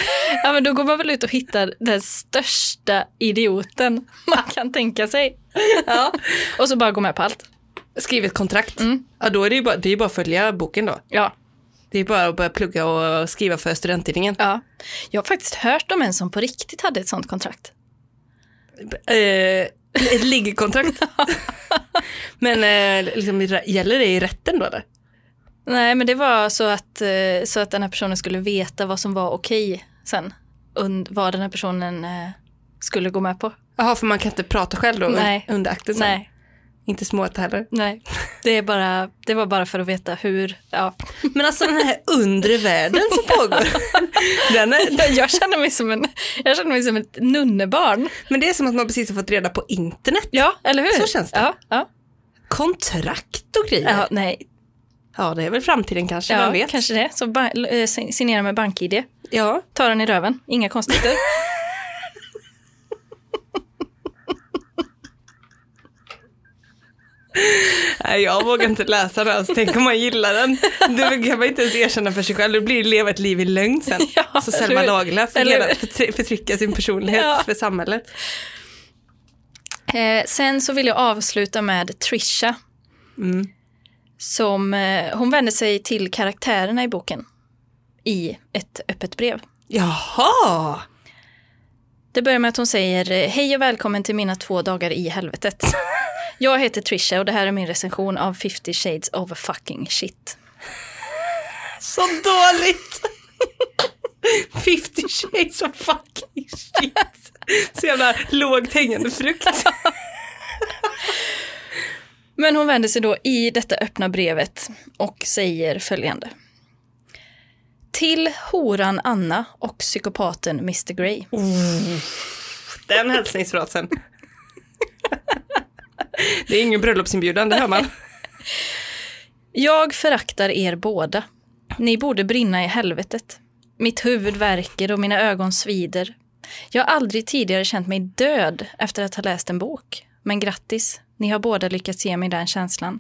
[SPEAKER 1] Ja, men då går man väl ut och hittar den största idioten man kan tänka sig.
[SPEAKER 2] Ah. Ja.
[SPEAKER 1] Och så bara gå med på allt.
[SPEAKER 2] Skriv ett kontrakt. Ja, då är det ju bara, det är ju bara att följa boken då.
[SPEAKER 1] Ja,
[SPEAKER 2] Det är bara att börja plugga och skriva för studenttidningen.
[SPEAKER 1] ja. Jag har faktiskt hört om en som på riktigt hade ett sånt kontrakt.
[SPEAKER 2] Eh, ett liggkontrakt. Men eh, liksom, gäller det i rätten då? Eller?
[SPEAKER 1] Nej, men det var så att, eh, så att den här personen skulle veta vad som var okej sen. Und, vad den här personen eh, skulle gå med på.
[SPEAKER 2] Jaha, för man kan inte prata själv då
[SPEAKER 1] Nej.
[SPEAKER 2] under akten sen?
[SPEAKER 1] Nej,
[SPEAKER 2] Inte småta heller.
[SPEAKER 1] nej. Det, är bara, det var bara för att veta hur... Ja.
[SPEAKER 2] Men alltså den här undre världen som pågår. den är,
[SPEAKER 1] Jag, känner mig som en, jag känner mig som ett nunnebarn.
[SPEAKER 2] men det är som att man precis har fått reda på internet.
[SPEAKER 1] Ja, eller hur?
[SPEAKER 2] Så känns det.
[SPEAKER 1] Ja, ja.
[SPEAKER 2] Kontrakt och grejer.
[SPEAKER 1] ja
[SPEAKER 2] Ja.
[SPEAKER 1] nej.
[SPEAKER 2] det är väl framtiden kanske,
[SPEAKER 1] Ja,
[SPEAKER 2] vem vet?
[SPEAKER 1] kanske det. Så ba- eh, sign- signera med bank-id.
[SPEAKER 2] Ja.
[SPEAKER 1] Ta den i röven, inga konstigheter.
[SPEAKER 2] Nej, jag vågar inte läsa den alltså. Tänk om man gillar den. Då kan man inte ens erkänna för sig själv. Då blir det leva ett liv i lögn sen.
[SPEAKER 1] Ja,
[SPEAKER 2] så
[SPEAKER 1] eller
[SPEAKER 2] Selma
[SPEAKER 1] hur?
[SPEAKER 2] Lagerlöf får
[SPEAKER 1] Eller
[SPEAKER 2] hela-
[SPEAKER 1] hur?
[SPEAKER 2] förtry- förtrycka sin personlighet
[SPEAKER 1] Ja.
[SPEAKER 2] för samhället.
[SPEAKER 1] Eh, sen så vill jag avsluta med Trisha. Som, eh, hon vände sig till karaktärerna i boken i ett öppet brev.
[SPEAKER 2] Jaha!
[SPEAKER 1] Det börjar med att hon säger eh, hej och välkommen till mina två dagar i helvetet. Jag heter Trisha och det här är min recension av 50 shades of fucking shit.
[SPEAKER 2] Så dåligt! 50 shades of fucking shit. Så jävla lågt hängande frukt.
[SPEAKER 1] Men hon vänder sig då i detta öppna brevet och säger följande. Till horan Anna och psykopaten Mr Grey.
[SPEAKER 2] Den hälsningsfrasen. Det är ingen bröllopsinbjudan, det hör man.
[SPEAKER 1] Jag föraktar er båda. Ni borde brinna i helvetet. Mitt huvud värker och mina ögon svider. Jag har aldrig tidigare känt mig död efter att ha läst en bok. Men grattis, ni har båda lyckats ge mig den känslan.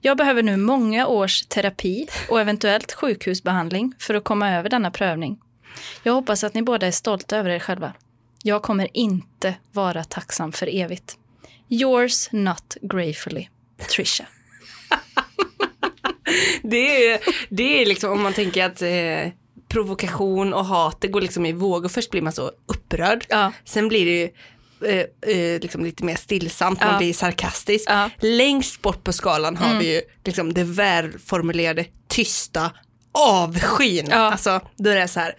[SPEAKER 1] Jag behöver nu många års terapi och eventuellt sjukhusbehandling för att komma över denna prövning. Jag hoppas att ni båda är stolta över er själva. Jag kommer inte vara tacksam för evigt. Yours not gratefully, Trisha.
[SPEAKER 2] Det är, det är liksom om man tänker att eh, provokation och hat, det går liksom i vågor. Först blir man så upprörd.
[SPEAKER 1] Ja.
[SPEAKER 2] Sen blir det ju eh, eh, liksom lite mer stillsamt,
[SPEAKER 1] Ja.
[SPEAKER 2] man blir sarkastisk.
[SPEAKER 1] Ja. Mm.
[SPEAKER 2] Längst bort på skalan har vi ju liksom det välformulerade, tysta avskyn.
[SPEAKER 1] Ja.
[SPEAKER 2] Alltså, då är det så här,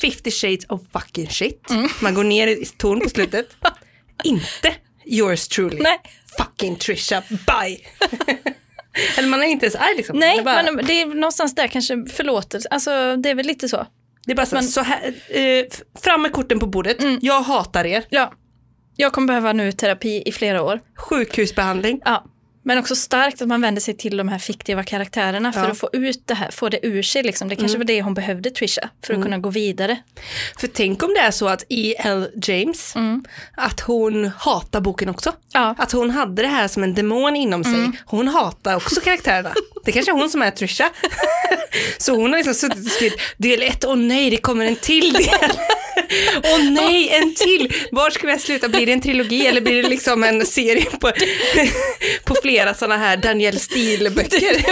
[SPEAKER 2] 50 shades of fucking shit.
[SPEAKER 1] Mm.
[SPEAKER 2] Man går ner i ton på slutet. inte yours truly.
[SPEAKER 1] Nej.
[SPEAKER 2] Fucking Trisha, bye! Eller man är inte ens arg liksom. man
[SPEAKER 1] Nej,
[SPEAKER 2] är bara,
[SPEAKER 1] men det är någonstans där kanske förlåtelse, alltså det är väl lite så.
[SPEAKER 2] det är bara Mm. så, här,
[SPEAKER 1] man-
[SPEAKER 2] så här, eh, f- fram med korten på bordet, jag hatar er.
[SPEAKER 1] Ja. Jag kommer behöva nu terapi i flera år.
[SPEAKER 2] Sjukhusbehandling.
[SPEAKER 1] Ja. Men också starkt att man vänder sig till de här fiktiva karaktärerna för
[SPEAKER 2] Ja.
[SPEAKER 1] att få ut det här, få det ur sig liksom. Det kanske var det hon behövde Trisha, för att kunna gå vidare.
[SPEAKER 2] För tänk om det är så att E.L. James, att hon hatar boken också.
[SPEAKER 1] Ja.
[SPEAKER 2] Att hon hade det här som en demon inom sig. Hon hatar också karaktärerna. Det kanske är hon som är Trisha. så hon har liksom suttit och skrivit del ett, åh nej det kommer en till del. Åh nej, en till! Var ska vi sluta? Blir det en trilogi eller blir det liksom en serie på, på flera sådana här Danielle Steele-böcker?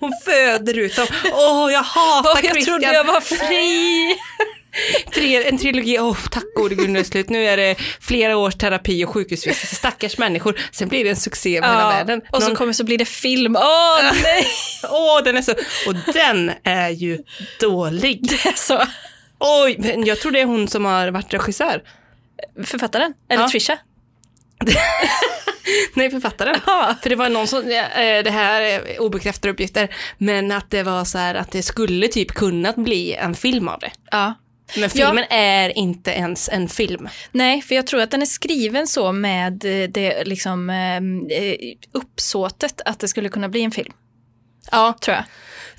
[SPEAKER 2] Hon föder ut dem. Åh, jag hatar
[SPEAKER 1] jag
[SPEAKER 2] Christian.
[SPEAKER 1] trodde jag var fri!
[SPEAKER 2] Tre, en trilogi, åh tack gode gud nu är det slut. Nu är det flera års terapi och sjukhusvistelse, stackars människor. Sen blir det en succé över hela världen.
[SPEAKER 1] Och så
[SPEAKER 2] Någon-
[SPEAKER 1] kommer så blir det film. Åh nej!
[SPEAKER 2] Åh, den är så... Och den är ju dålig.
[SPEAKER 1] Det är så.
[SPEAKER 2] Oj, men jag tror det är hon som har varit regissör.
[SPEAKER 1] Författaren? Eller
[SPEAKER 2] Ja.
[SPEAKER 1] Trisha?
[SPEAKER 2] Nej, författaren.
[SPEAKER 1] Ja.
[SPEAKER 2] För det var någon som, eh, det här är obekräftade uppgifter, men att det var så här att det skulle typ kunnat bli en film av det.
[SPEAKER 1] ja.
[SPEAKER 2] Men filmen är inte ens en film.
[SPEAKER 1] Nej, för jag tror att den är skriven så med eh, det liksom eh, uppsåtet att det skulle kunna bli en film.
[SPEAKER 2] Ja,
[SPEAKER 1] Tror jag.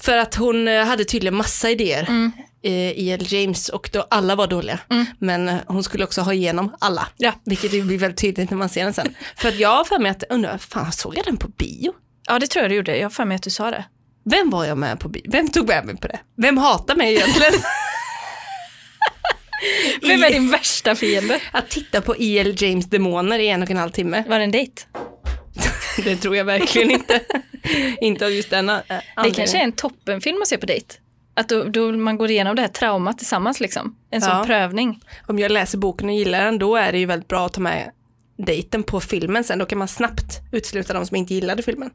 [SPEAKER 2] För att hon eh, hade tydligen massa idéer
[SPEAKER 1] Mm.
[SPEAKER 2] eh, i L. James och då alla var dåliga. Men eh, hon skulle också ha igenom alla.
[SPEAKER 1] Ja.
[SPEAKER 2] Vilket ju blir väldigt tydligt när man ser den sen. för att jag har för mig att, undrar, fan såg jag den på bio?
[SPEAKER 1] Ja, det tror jag du gjorde. Jag har för mig att du sa det.
[SPEAKER 2] Vem var jag med på bio? Vem tog med mig på det? Vem hatar mig egentligen?
[SPEAKER 1] Vem är din värsta fiende?
[SPEAKER 2] att titta på E.L. James demoner i en och en halv timme,
[SPEAKER 1] Var det en dejt?
[SPEAKER 2] det tror jag verkligen inte. inte av just denna eh,
[SPEAKER 1] Det
[SPEAKER 2] anledning.
[SPEAKER 1] kanske är en toppenfilm att se på dejt. Att då, då man går igenom det här traumat tillsammans liksom. En sån
[SPEAKER 2] Ja.
[SPEAKER 1] prövning.
[SPEAKER 2] om jag läser boken och gillar den, då är det ju väldigt bra att ta med dejten på filmen sen. Då kan man snabbt utsluta de som inte gillade filmen.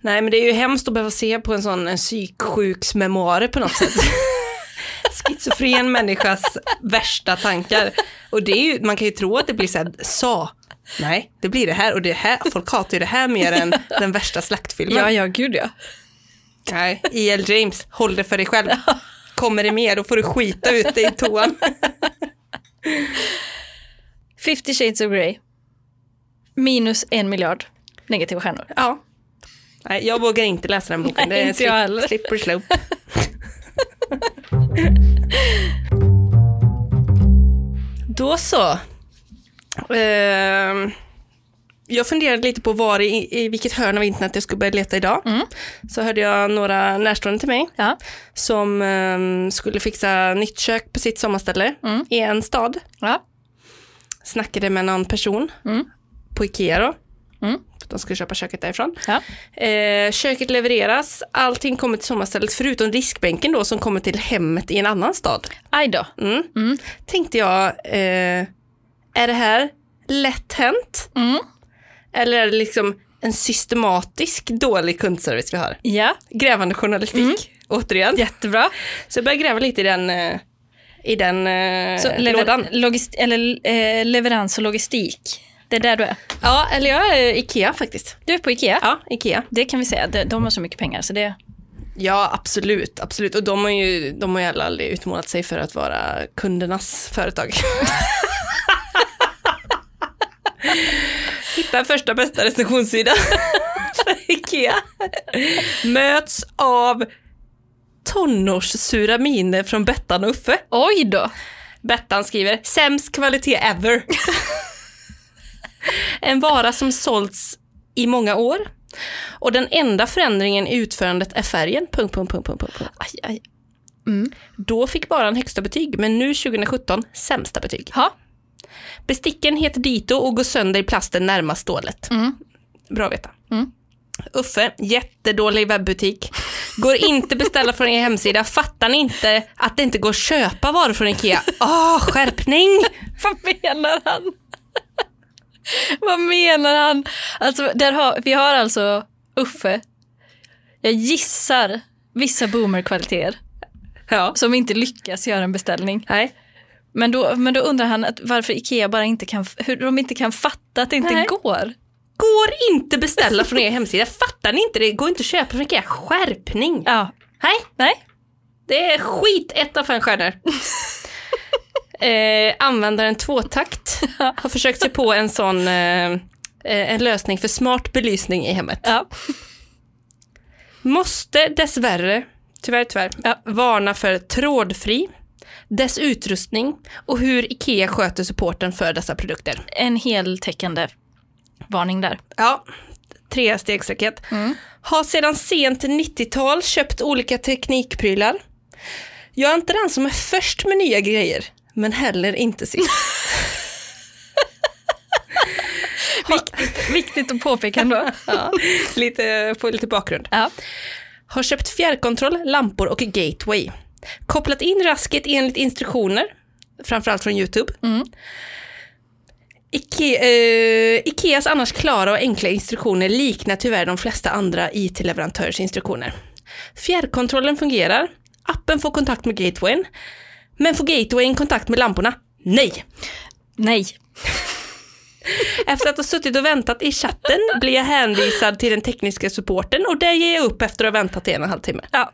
[SPEAKER 2] Nej, men det är ju hemskt att behöva se på en sån en psyksjuks memoarer på något sätt. Schizofren människas värsta tankar. Och det är ju, man kan ju tro att det blir så här, sa. Nej, det blir det här och det här, folk hatar ju det här mer än den värsta slaktfilmen.
[SPEAKER 1] Ja, ja, gud ja.
[SPEAKER 2] Nej, E.L. James, håll det för dig själv. Kommer det mer, då får du skita ut dig i toan.
[SPEAKER 1] 50 shades of Grey. Minus en miljard negativa stjärnor.
[SPEAKER 2] Ja. Nej, jag vågar inte läsa den boken.
[SPEAKER 1] Nej,
[SPEAKER 2] det är
[SPEAKER 1] inte jag
[SPEAKER 2] slip-
[SPEAKER 1] heller.
[SPEAKER 2] slipper slope. Då så. Ehm, jag funderade lite på var i, i vilket hörn av internet jag skulle börja leta idag. Så hörde jag några närstående till mig
[SPEAKER 1] Ja.
[SPEAKER 2] som ehm, skulle fixa nytt kök på sitt sommarställe i en stad
[SPEAKER 1] ja.
[SPEAKER 2] snackade med någon person
[SPEAKER 1] Mm.
[SPEAKER 2] på Ikea då.
[SPEAKER 1] Mm.
[SPEAKER 2] De skulle köpa köket därifrån.
[SPEAKER 1] Ja.
[SPEAKER 2] Eh, köket levereras, allting kommer till sommarstället förutom diskbänken då som kommer till hemmet i en annan stad.
[SPEAKER 1] Aj då.
[SPEAKER 2] Mm.
[SPEAKER 1] Mm.
[SPEAKER 2] Tänkte jag, eh, är det här lätt hänt?
[SPEAKER 1] Mm.
[SPEAKER 2] Eller är det liksom en systematisk dålig kundservice vi har?
[SPEAKER 1] Ja,
[SPEAKER 2] Grävande journalistik,
[SPEAKER 1] Mm.
[SPEAKER 2] återigen.
[SPEAKER 1] jättebra.
[SPEAKER 2] Så jag började gräva lite i den, eh, i den eh,
[SPEAKER 1] Så
[SPEAKER 2] lådan.
[SPEAKER 1] lever- logist- eller, eh, leverans och logistik. Det är där du är.
[SPEAKER 2] Ja, eller jag är Ikea faktiskt.
[SPEAKER 1] Du är på Ikea.
[SPEAKER 2] Ja, Ikea.
[SPEAKER 1] Det kan vi säga. De, de har så mycket pengar så det...
[SPEAKER 2] Ja, absolut. absolut. Och de har ju, de har ju alla aldrig utmålat sig för att vara kundernas företag. Hitta första bästa recensionssida för Ikea. Möts av tonårssura miner från Bettan och Uffe.
[SPEAKER 1] Oj då!
[SPEAKER 2] Bettan skriver “Sämst kvalitet ever”. en vara som sålts i många år. Och den enda förändringen i utförandet är färgen. Punkt, punkt, punkt, punkt, punkt, punkt.
[SPEAKER 1] Aj, aj.
[SPEAKER 2] Då fick varan högsta betyg, men nu 2017 sämsta betyg.
[SPEAKER 1] Ha.
[SPEAKER 2] Besticken heter dito och går sönder i plasten närmast stålet.
[SPEAKER 1] Mm.
[SPEAKER 2] Bra att veta.
[SPEAKER 1] Mm.
[SPEAKER 2] Uffe, jättedålig webbutik. Går inte beställa från er hemsida. Fattar ni inte att det inte går att köpa varor från IKEA? Åh, skärpning!
[SPEAKER 1] Vad menar han? Vad menar han? Alltså, där har, vi har alltså Uffe. Jag gissar vissa boomerkvaliteter
[SPEAKER 2] Ja.
[SPEAKER 1] som inte lyckas göra en beställning.
[SPEAKER 2] Nej.
[SPEAKER 1] Men då, men då undrar han att varför Ikea bara inte kan, hur de inte kan fatta att det inte
[SPEAKER 2] Nej.
[SPEAKER 1] går.
[SPEAKER 2] Går inte beställa från er hemsida. Fattar ni inte det? Går inte att köpa från IKEA. Skärpning!
[SPEAKER 1] Ja,
[SPEAKER 2] Nej,
[SPEAKER 1] nej.
[SPEAKER 2] det är skit. Ett av fem stjärnor. eh, användaren tvåtakt har försökt sig på en sån eh, eh, en lösning för smart belysning i hemmet.
[SPEAKER 1] Ja.
[SPEAKER 2] Måste dessvärre, tyvärr, tyvärr, varna för trådfri, dess utrustning och hur IKEA sköter supporten för dessa produkter.
[SPEAKER 1] En heltäckande varning där.
[SPEAKER 2] Ja, trestegsraket. Har sedan sent 90-tal köpt olika teknikprylar. Jag är inte den som är först med nya grejer, men heller inte sist.
[SPEAKER 1] Viktigt att påpeka ändå.
[SPEAKER 2] ja, lite, få lite bakgrund.
[SPEAKER 1] Ja.
[SPEAKER 2] Har köpt fjärrkontroll, lampor och gateway. Kopplat in rasket enligt instruktioner, framförallt från YouTube. Ike, eh, Ikeas annars klara och enkla instruktioner liknar tyvärr de flesta andra IT-leverantörers instruktioner. Fjärrkontrollen fungerar, appen får kontakt med gatewayn, men får gatewayn kontakt med lamporna? Nej!
[SPEAKER 1] Nej.
[SPEAKER 2] Efter att ha suttit och väntat i chatten blir jag hänvisad till den tekniska supporten och det ger jag upp efter att ha väntat i en och en halv timme.
[SPEAKER 1] Ja.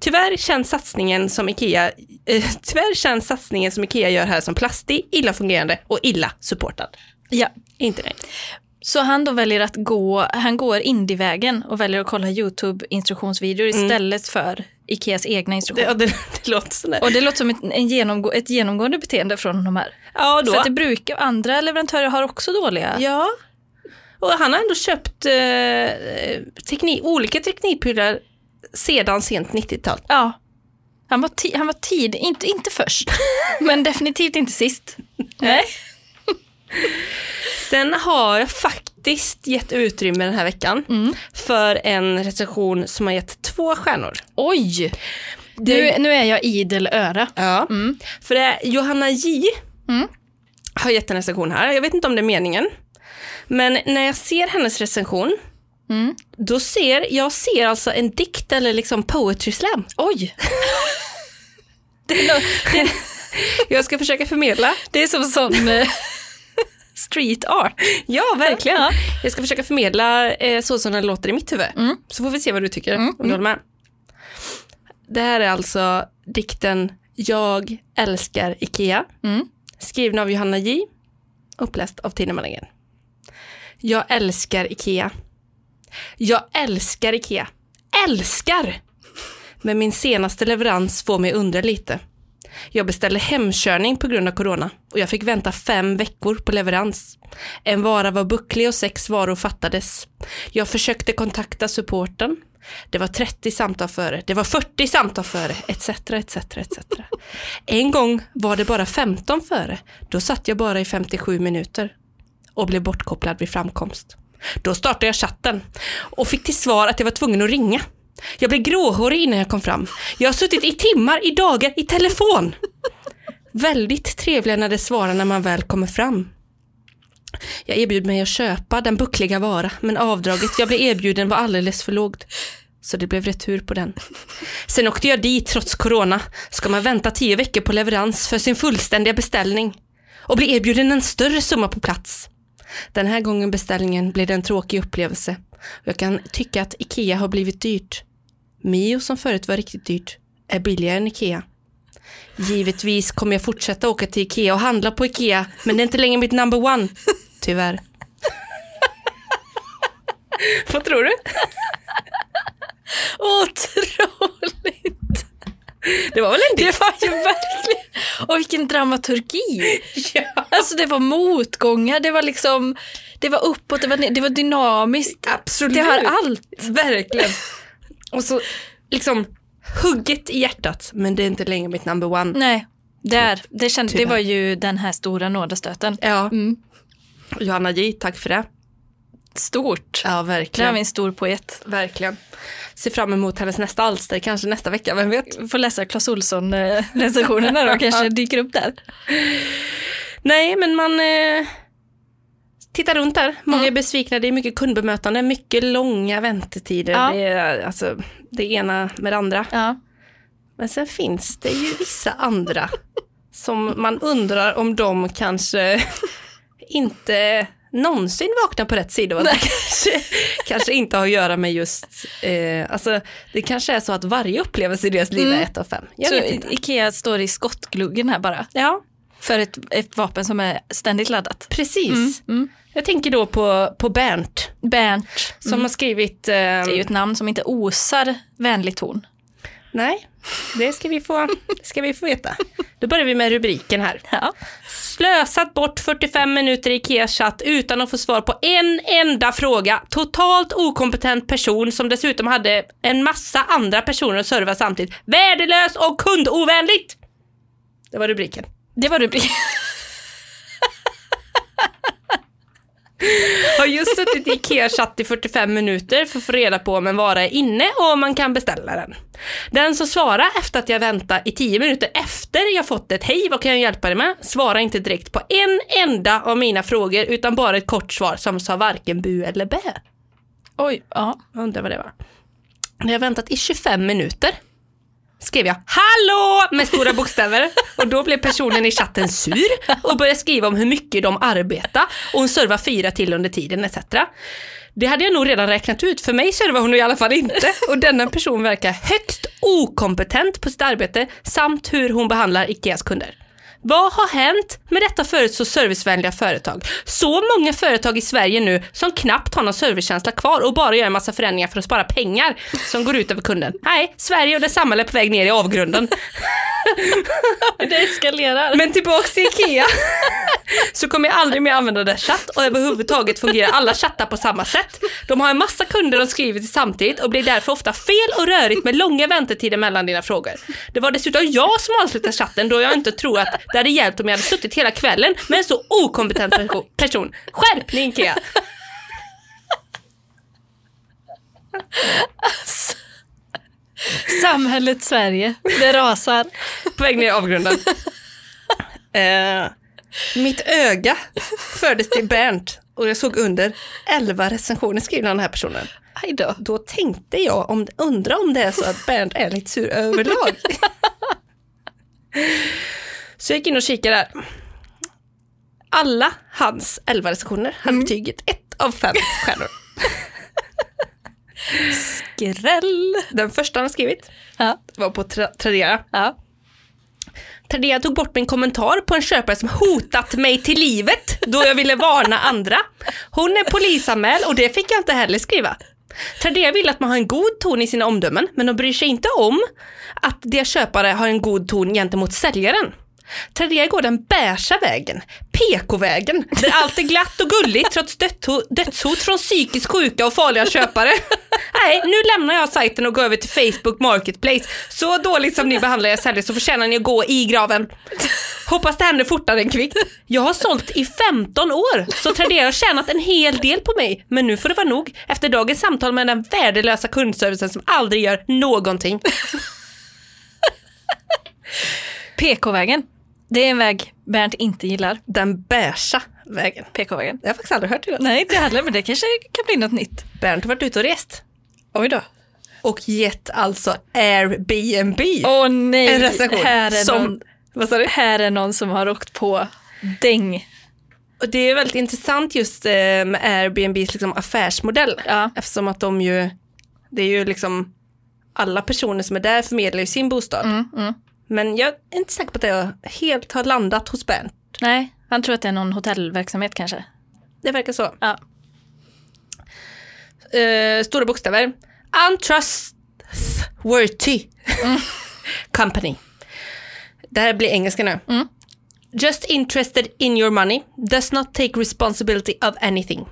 [SPEAKER 2] Tyvärr känns satsningen som Ikea, eh, tyvärr känns satsningen som Ikea gör här som plastig, illa fungerande och illa supportad.
[SPEAKER 1] ja.
[SPEAKER 2] Inte nöjd.
[SPEAKER 1] Så han då väljer att gå, han går indievägen och väljer att kolla YouTube-instruktionsvideor istället för Ikeas egna
[SPEAKER 2] Det,
[SPEAKER 1] instruktioner.
[SPEAKER 2] ja, det, det låter sådär.
[SPEAKER 1] Och det låter som ett, en genomgå, ett genomgående beteende från de här.
[SPEAKER 2] Ja, då.
[SPEAKER 1] För att det brukar, andra leverantörer har också dåliga.
[SPEAKER 2] ja. Och han har ändå köpt eh, teknik, olika teknikprylar sedan sent 90-tal.
[SPEAKER 1] Ja. Han var, ti- han var tid, inte, inte först, men definitivt inte sist. Nej.
[SPEAKER 2] Sen har jag faktiskt gett utrymme den här veckan för en recension som har gett två stjärnor.
[SPEAKER 1] Oj! Nu, nu är jag idel öra.
[SPEAKER 2] Ja. Mm. För det är Johanna J har gett en recension här. Jag vet inte om det är meningen. Men när jag ser hennes recension, då ser jag ser alltså en dikt eller liksom poetry slam.
[SPEAKER 1] Oj!
[SPEAKER 2] Jag ska försöka förmedla.
[SPEAKER 1] Det är som sån eh, street art.
[SPEAKER 2] Ja, verkligen.
[SPEAKER 1] Ja.
[SPEAKER 2] Jag ska försöka förmedla eh, så som den låter i mitt huvud. Så får vi se vad du tycker, om du håller med. Det här är alltså dikten Jag älskar Ikea,
[SPEAKER 1] Mm.
[SPEAKER 2] skriven av Johanna J, uppläst av Tina Malmgren. Jag älskar Ikea. Jag älskar Ikea. Älskar! Men min senaste leverans får mig undra lite. Jag beställde hemkörning på grund av corona och jag fick vänta fem veckor på leverans. En vara var bucklig och sex varor fattades. Jag försökte kontakta supporten. Det var 30 samtal före, det var 40 samtal före, etc, etc, etc. En gång var det bara 15 före. Då satt jag bara i 57 minuter och blev bortkopplad vid framkomst. Då startade jag chatten och fick till svar att jag var tvungen att ringa. Jag blev gråhårig innan jag kom fram. Jag har suttit i timmar, i dagar, i telefon. Väldigt trevliga när det svarar när man väl kommer fram. Jag erbjöd mig att köpa den buckliga vara, men avdraget jag blev erbjuden var alldeles för lågt. Så det blev retur på den. Sen åkte jag dit trots corona. Ska man vänta tio veckor på leverans för sin fullständiga beställning? Och bli erbjuden en större summa på plats? Den här gången beställningen blev det en tråkig upplevelse. Jag kan tycka att Ikea har blivit dyrt. Mio som förut var riktigt dyrt är billigare än Ikea. Givetvis kommer jag fortsätta åka till Ikea och handla på Ikea, men det är inte längre mitt number one. Tyvärr. Vad tror du?
[SPEAKER 1] Otroligt!
[SPEAKER 2] Det var väl en
[SPEAKER 1] Det var ju verkligen... Och vilken dramaturgi!
[SPEAKER 2] Ja.
[SPEAKER 1] Alltså det var motgångar, det var liksom... Det var uppåt, det var, ner, det var dynamiskt.
[SPEAKER 2] Absolut.
[SPEAKER 1] Det har allt.
[SPEAKER 2] Verkligen. Och så liksom hugget i hjärtat, men det är inte längre mitt number one.
[SPEAKER 1] Nej, där. Det, kände, det
[SPEAKER 2] Tyvärr.
[SPEAKER 1] var ju den här stora nådastöten.
[SPEAKER 2] Ja.
[SPEAKER 1] Mm.
[SPEAKER 2] Johanna J, tack för det.
[SPEAKER 1] stort.
[SPEAKER 2] Ja,
[SPEAKER 1] Där har
[SPEAKER 2] verkligen.
[SPEAKER 1] vi en stor poet.
[SPEAKER 2] Verkligen. Ser fram emot hennes nästa alster, kanske nästa vecka, vem vet?
[SPEAKER 1] Får läsa Clas Ohlson-recensionerna då, kanske dyker upp där.
[SPEAKER 2] Nej, men man eh, tittar runt där. Många är besvikna, det är mycket kundbemötande, mycket långa väntetider.
[SPEAKER 1] Ja.
[SPEAKER 2] Det, är, alltså, det ena med det andra.
[SPEAKER 1] Ja.
[SPEAKER 2] Men sen finns det ju vissa andra som man undrar om de kanske inte någonsin vaknar på rätt sida. Och det kanske, kanske inte har att göra med just, eh, alltså det kanske är så att varje upplevelse i deras liv är ett av fem. Jag
[SPEAKER 1] Mm. Så
[SPEAKER 2] vet inte.
[SPEAKER 1] Ikea står i skottgluggen här bara.
[SPEAKER 2] Ja,
[SPEAKER 1] För ett, ett vapen som är ständigt laddat. Mm,
[SPEAKER 2] precis. Jag tänker då på, på Bernt
[SPEAKER 1] Bernt.
[SPEAKER 2] som har skrivit... eh,
[SPEAKER 1] Det är ju ett namn som inte osar vänlig ton.
[SPEAKER 2] Nej, det ska vi, få, ska vi få veta. Då börjar vi med rubriken här.
[SPEAKER 1] Ja.
[SPEAKER 2] Slösat bort 45 minuter i Ikea-chatt utan att få svar på en enda fråga. Totalt okompetent person som dessutom hade en massa andra personer att serva samtidigt. Värdelös och kundovänligt! Det var rubriken.
[SPEAKER 1] Det var rubriken.
[SPEAKER 2] Har just suttit i Ikea-chatt i 45 minuter för att få reda på om en vara är inne och om man kan beställa den. Den som svarar efter att jag väntat i 10 minuter efter jag fått ett hej, vad kan jag hjälpa dig med? Svarar inte direkt på en enda av mina frågor utan bara ett kort svar som sa varken bu eller bä.
[SPEAKER 1] Oj, ja.
[SPEAKER 2] Jag undrar vad det var. Jag har väntat i 25 minuter. Skrev jag “Hallå!” med stora bokstäver och då blev personen i chatten sur och började skriva om hur mycket de arbetar och hon servar fyra till under tiden etc. Det hade jag nog redan räknat ut, för mig servar hon i alla fall inte och denna person verkar högst okompetent på sitt arbete samt hur hon behandlar Ikeas kunder. Vad har hänt med detta förut så servicevänliga företag? Så många företag i Sverige nu som knappt har någon servicekänsla kvar och bara gör en massa förändringar för att spara pengar som går ut över kunden. Nej, Sverige och dess samhälle är på väg ner i avgrunden.
[SPEAKER 1] Det eskalerar.
[SPEAKER 2] Men tillbaks till Ikea så kommer jag aldrig mer använda deras chatt och överhuvudtaget fungerar alla chattar på samma sätt. De har en massa kunder de skriver till samtidigt och blir därför ofta fel och rörigt med långa väntetider mellan dina frågor. Det var dessutom jag som avslutade chatten då jag inte tror att det hade hjälpt om jag hade suttit hela kvällen med en så okompetent perso- person. Skärpning Ikea!
[SPEAKER 1] Samhället Sverige, det rasar.
[SPEAKER 2] På väg ner i avgrunden. Eh, mitt öga fördes till Bernt och jag såg under 11 recensioner skrivna av den här personen.
[SPEAKER 1] Aj då.
[SPEAKER 2] Då tänkte jag, om, undra om det är så att Bernt är lite sur överlag. så jag gick in och kikade där. Alla hans elva recensioner hade betyget ett av fem stjärnor.
[SPEAKER 1] Gräll.
[SPEAKER 2] Den första han skrivit
[SPEAKER 1] Ja.
[SPEAKER 2] var på tra- Tradera.
[SPEAKER 1] Ja.
[SPEAKER 2] Tradera tog bort min kommentar på en köpare som hotat mig till livet då jag ville varna andra. Hon är polisanmäld och det fick jag inte heller skriva. Tradera vill att man har en god ton i sina omdömen men de bryr sig inte om att deras köpare har en god ton gentemot säljaren. Tradera går den beiga vägen, PK-vägen, där allt är glatt och gulligt trots dödho- dödshot från psykiskt sjuka och farliga köpare. Nej, nu lämnar jag sajten och går över till Facebook Marketplace. Så dåligt som ni behandlar er säljare så förtjänar ni att gå i graven. Hoppas det händer fortare än kvickt. Jag har sålt i 15 år, så Tradera har tjänat en hel del på mig. Men nu får det vara nog efter dagens samtal med den värdelösa kundservicen som aldrig gör någonting.
[SPEAKER 1] PK-vägen. Det är en väg Bernt inte gillar.
[SPEAKER 2] Den beiga vägen.
[SPEAKER 1] PK-vägen.
[SPEAKER 2] Jag har faktiskt aldrig hört det.
[SPEAKER 1] Nej, inte jag heller, men det kanske kan bli något nytt.
[SPEAKER 2] Bernt har varit ute och rest
[SPEAKER 1] Oj då.
[SPEAKER 2] och gett alltså Airbnb
[SPEAKER 1] Åh nej,
[SPEAKER 2] en recension.
[SPEAKER 1] Här, är
[SPEAKER 2] som,
[SPEAKER 1] någon,
[SPEAKER 2] Vad sa du?
[SPEAKER 1] här är någon som har åkt på däng.
[SPEAKER 2] Och det är väldigt intressant just eh, med Airbnbs liksom, affärsmodell.
[SPEAKER 1] Ja.
[SPEAKER 2] Eftersom att de ju, det är ju liksom alla personer som är där förmedlar ju sin bostad.
[SPEAKER 1] Mm,
[SPEAKER 2] Men jag är inte säker på att det helt har landat hos Bernt.
[SPEAKER 1] Nej, han tror att det är någon hotellverksamhet kanske.
[SPEAKER 2] Det verkar så.
[SPEAKER 1] Ja.
[SPEAKER 2] Eh, stora bokstäver. Untrustworthy company. Det här blir engelska nu. Just interested in your money. Does not take responsibility of anything.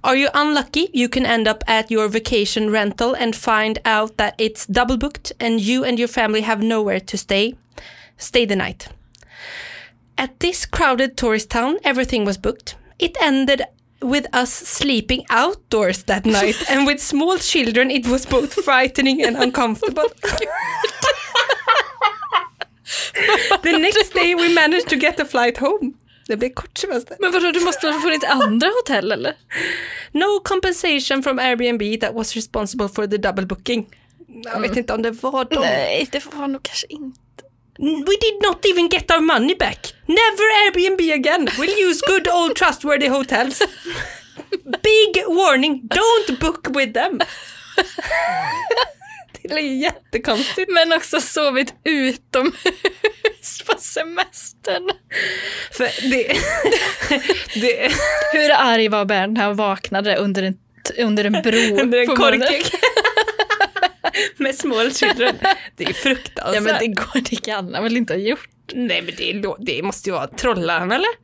[SPEAKER 2] Are you unlucky, you can end up at your vacation rental and find out that it's double booked and you and your family have nowhere to stay. Stay the night. At this crowded tourist town, everything was booked. It ended with us sleeping outdoors that night and with small children it was both frightening and uncomfortable. the next day we managed to get a flight home. Det blir kort semester.
[SPEAKER 1] Men vadå, du måste ha funnits andra hotell eller?
[SPEAKER 2] No compensation from Airbnb that was responsible for the double booking. Jag vet inte om det var dem.
[SPEAKER 1] Nej, det var nog kanske inte.
[SPEAKER 2] We did not even get our money back. Never Airbnb again. We'll use good old trustworthy hotels. Big warning, don't book with them. Det är jättekonstigt.
[SPEAKER 1] Men också sovit utomhus på semestern.
[SPEAKER 2] För det, det
[SPEAKER 1] Hur arg var Bernd när han vaknade under en, under en bro
[SPEAKER 2] under en
[SPEAKER 1] på morgonen?
[SPEAKER 2] korkig. Med small children. Det är fruktansvärt.
[SPEAKER 1] Ja men det går, det kan han väl inte ha gjort?
[SPEAKER 2] Nej men det, är lo- det måste ju vara trollarna eller?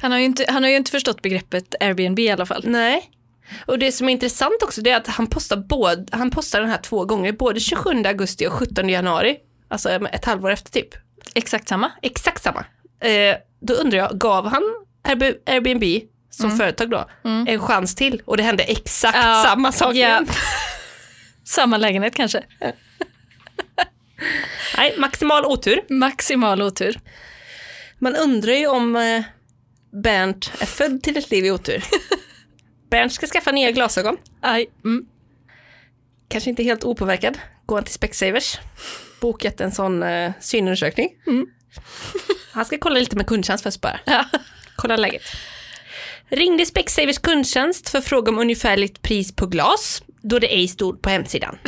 [SPEAKER 1] Han har, ju inte, han har ju inte förstått begreppet Airbnb i alla fall.
[SPEAKER 2] Nej. Och det som är intressant också det är att han postar, både, han postar den här två gånger, både 27 augusti och 17 januari. Alltså ett halvår efter typ.
[SPEAKER 1] Exakt samma.
[SPEAKER 2] Exakt samma. Eh, då undrar jag, gav han Airb- Airbnb som företag då en chans till? Och det hände exakt
[SPEAKER 1] Ja,
[SPEAKER 2] samma sak
[SPEAKER 1] ja.
[SPEAKER 2] igen.
[SPEAKER 1] Samma lägenhet kanske.
[SPEAKER 2] Nej, maximal otur.
[SPEAKER 1] Maximal otur.
[SPEAKER 2] Man undrar ju om eh, Bernt är född till ett liv i otur. Bernt ska skaffa nya glasögon.
[SPEAKER 1] Aj. Mm.
[SPEAKER 2] Kanske inte helt opåverkad. Går han till Specsavers. Bokat en sån eh, synundersökning. han ska kolla lite med kundtjänst först bara. Kolla läget. Ringde Specsavers kundtjänst för att fråga om ungefärligt pris på glas, då det ej stod på hemsidan.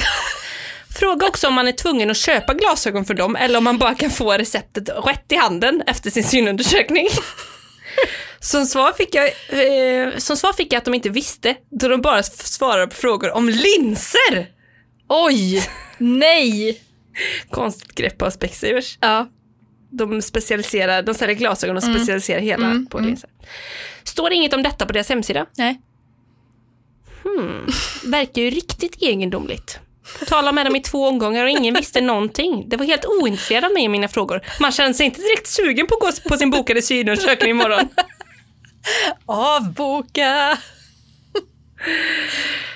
[SPEAKER 2] Fråga också om man är tvungen att köpa glasögon för dem eller om man bara kan få receptet rätt i handen efter sin synundersökning. Som svar, fick jag, eh, som svar fick jag att de inte visste, då de bara f- svarade på frågor om linser!
[SPEAKER 1] Oj! Nej!
[SPEAKER 2] Konstigt grepp av Specsavers.
[SPEAKER 1] Ja.
[SPEAKER 2] De, specialiserar, de säljer glasögon och specialiserar hela på linser. Står inget om detta på deras hemsida.
[SPEAKER 1] Nej.
[SPEAKER 2] Verkar ju riktigt egendomligt. Talade med dem i två omgångar och ingen visste någonting. Det var helt ointresserad av mig och mina frågor. Man känner sig inte direkt sugen på att gå på sin bokade synundersökning imorgon.
[SPEAKER 1] Avboka!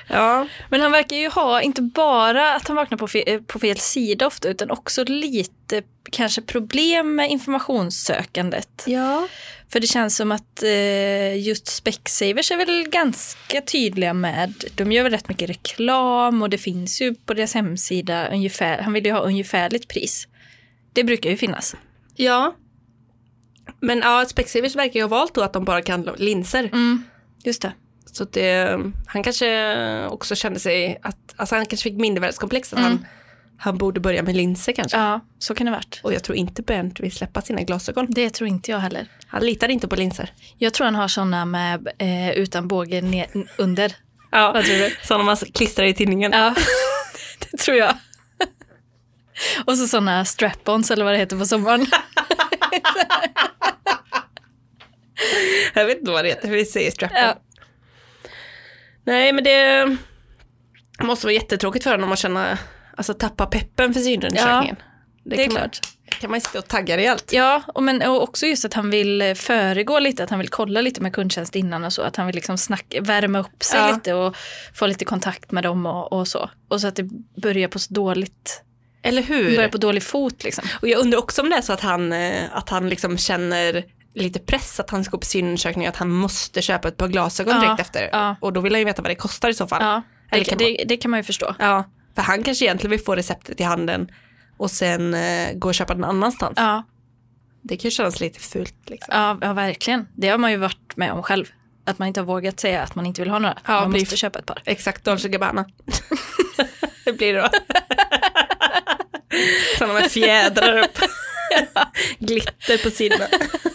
[SPEAKER 2] Ja.
[SPEAKER 1] Men han verkar ju ha, inte bara att han vaknar på fel, eh, på fel sida ofta, utan också lite kanske problem med informationssökandet.
[SPEAKER 2] ja.
[SPEAKER 1] För det känns som att eh, just Specsavers är väl ganska tydliga med, de gör väl rätt mycket reklam och det finns ju på deras hemsida ungefär, han vill ju ha ungefärligt pris. Det brukar ju finnas.
[SPEAKER 2] Ja. Men ja, Specsavers verkar ju ha valt då att de bara kan linser.
[SPEAKER 1] Just det.
[SPEAKER 2] Så att det, han kanske också kände sig att, alltså han kanske fick mindervärdeskomplex att han, han borde börja med linser kanske.
[SPEAKER 1] Mm. Ja, så kan det ha varit.
[SPEAKER 2] Och jag tror inte Bernt vill släppa sina glasögon.
[SPEAKER 1] Det tror inte jag heller.
[SPEAKER 2] Han litar inte på linser.
[SPEAKER 1] Jag tror han har sådana med eh, utan båge ne- under.
[SPEAKER 2] Ja,
[SPEAKER 1] Vad tror du?
[SPEAKER 2] sådana man klistrar i tidningen.
[SPEAKER 1] Ja, det tror jag. Och så sådana strap-ons eller vad det heter på sommaren.
[SPEAKER 2] Jag vet inte vad det heter, vi säger strappen.
[SPEAKER 1] Ja.
[SPEAKER 2] Nej men det måste vara jättetråkigt för honom att känna, alltså tappa peppen för synundersökningen. det,
[SPEAKER 1] det är
[SPEAKER 2] kan
[SPEAKER 1] klart.
[SPEAKER 2] Man, kan man sitta och tagga rejält.
[SPEAKER 1] Ja, och, men, och också just att han vill eh, föregå lite, att han vill kolla lite med kundtjänst innan och så. Att han vill liksom snacka, värma upp sig
[SPEAKER 2] Ja.
[SPEAKER 1] lite och få lite kontakt med dem och, och så. Och så att det börjar på så dåligt,
[SPEAKER 2] Eller hur?
[SPEAKER 1] börjar på dålig fot liksom.
[SPEAKER 2] Och jag undrar också om det är så att han, eh, att han liksom känner lite press att han ska gå på synundersökning att han måste köpa ett par glasögon
[SPEAKER 1] Ja,
[SPEAKER 2] direkt efter.
[SPEAKER 1] ja.
[SPEAKER 2] Och då vill han ju veta vad det kostar i så fall.
[SPEAKER 1] Ja,
[SPEAKER 2] Eller
[SPEAKER 1] det,
[SPEAKER 2] kan
[SPEAKER 1] kan det, det kan man ju förstå.
[SPEAKER 2] Ja, för han kanske egentligen vill få receptet i handen och sen eh, gå och köpa den annanstans.
[SPEAKER 1] Ja,
[SPEAKER 2] Det kan ju kännas lite fult. Liksom.
[SPEAKER 1] ja, ja, verkligen. Det har man ju varit med om själv. Att man inte har vågat säga att man inte vill ha några.
[SPEAKER 2] Ja,
[SPEAKER 1] man
[SPEAKER 2] blir-
[SPEAKER 1] måste köpa ett par.
[SPEAKER 2] Exakt, Dolce Gabbana. det blir det då. Sådana med fjädrar upp. Glitter på sidorna.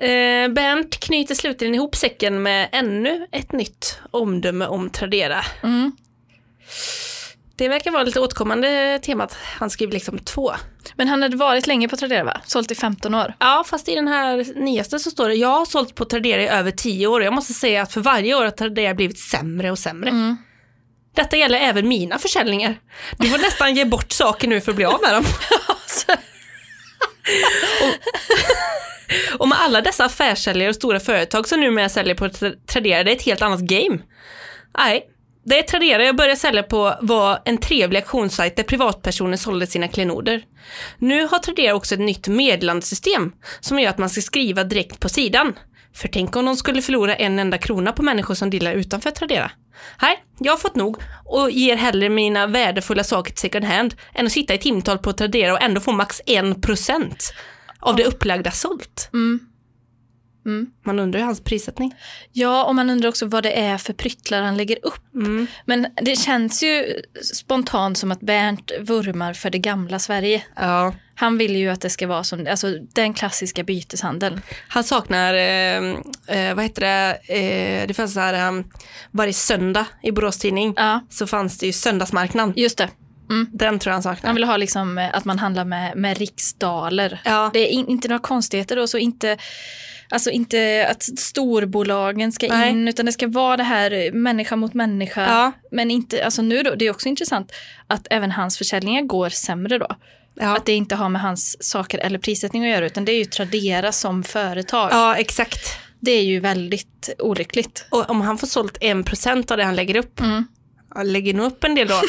[SPEAKER 2] Eh, Bernt knyter slutligen ihop säcken med ännu ett nytt omdöme om Tradera.
[SPEAKER 1] Mm.
[SPEAKER 2] Det verkar vara lite återkommande temat. Han skriver liksom två.
[SPEAKER 1] Men han hade varit länge på Tradera va? Sålt i 15 år.
[SPEAKER 2] Ja, fast i den här nyaste så står det jag har sålt på Tradera i över tio år och jag måste säga att för varje år har Tradera blivit sämre och sämre.
[SPEAKER 1] Mm.
[SPEAKER 2] Detta gäller även mina försäljningar. Du får nästan ge bort saker nu för att bli av med dem. Och, och med alla dessa affärssäljare och stora företag som numera säljer på Tra- Tradera, det är ett helt annat game. Nej, det är Tradera jag började sälja på var en trevlig auktionssajt där privatpersoner sålde sina klenoder. Nu har Tradera också ett nytt meddelandesystem som gör att man ska skriva direkt på sidan. För tänk om de skulle förlora en enda krona på människor som dealar utanför Tradera. Nej, jag har fått nog och ger hellre mina värdefulla saker till second hand än att sitta i timtal på Tradera och ändå få max 1% av det upplagda sålt. Man undrar ju hans prissättning.
[SPEAKER 1] Ja, och man undrar också vad det är för pryttlar han lägger upp. Men det känns ju spontant som att Bernt vurmar för det gamla Sverige.
[SPEAKER 2] Ja.
[SPEAKER 1] Han vill ju att det ska vara som, alltså den klassiska byteshandeln.
[SPEAKER 2] Han saknar, eh, eh, vad heter det, eh, det fanns så här, eh, varje söndag i Borås tidning
[SPEAKER 1] Ja,
[SPEAKER 2] så fanns det ju söndagsmarknaden.
[SPEAKER 1] just det.
[SPEAKER 2] Den tror jag han saknar.
[SPEAKER 1] Han vill ha liksom eh, att man handlar med, med riksdaler.
[SPEAKER 2] Ja.
[SPEAKER 1] Det är in, inte några konstigheter och så inte, alltså inte att storbolagen ska
[SPEAKER 2] Nej.
[SPEAKER 1] in utan det ska vara det här eh, människa mot människa.
[SPEAKER 2] Ja.
[SPEAKER 1] Men inte, alltså nu då, det är också intressant att även hans försäljningar går sämre då.
[SPEAKER 2] Ja.
[SPEAKER 1] Att det inte har med hans saker eller prissättning att göra utan det är ju Tradera som företag.
[SPEAKER 2] ja, exakt.
[SPEAKER 1] Det är ju väldigt olyckligt.
[SPEAKER 2] Och om han får sålt 1% av det han lägger upp,
[SPEAKER 1] Mm.
[SPEAKER 2] han lägger nog upp en del då.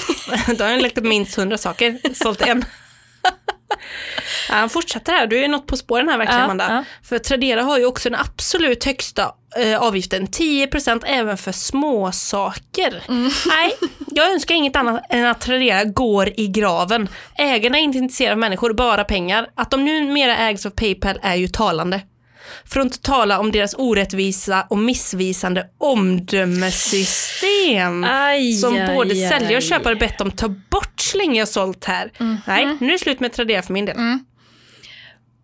[SPEAKER 2] då har han lagt upp minst 100 saker, sålt en. Ja, han fortsätter här, du är något på spåren här verkligen
[SPEAKER 1] Ja,
[SPEAKER 2] Amanda.
[SPEAKER 1] ja.
[SPEAKER 2] För Tradera har ju också den absolut högsta eh, avgiften, 10% även för småsaker.
[SPEAKER 1] Mm.
[SPEAKER 2] Nej, jag önskar inget annat än att Tradera går i graven. Ägarna är inte intresserade av människor, bara pengar. Att de numera ägs av Paypal är ju talande. För att inte tala om deras orättvisa och missvisande omdömessystem.
[SPEAKER 1] Aj,
[SPEAKER 2] som
[SPEAKER 1] aj,
[SPEAKER 2] både
[SPEAKER 1] aj.
[SPEAKER 2] säljare och köpare bett om ta bort så länge jag sålt här.
[SPEAKER 1] Mhm.
[SPEAKER 2] Nej, nu är det slut med Tradera för min del.
[SPEAKER 1] Mm.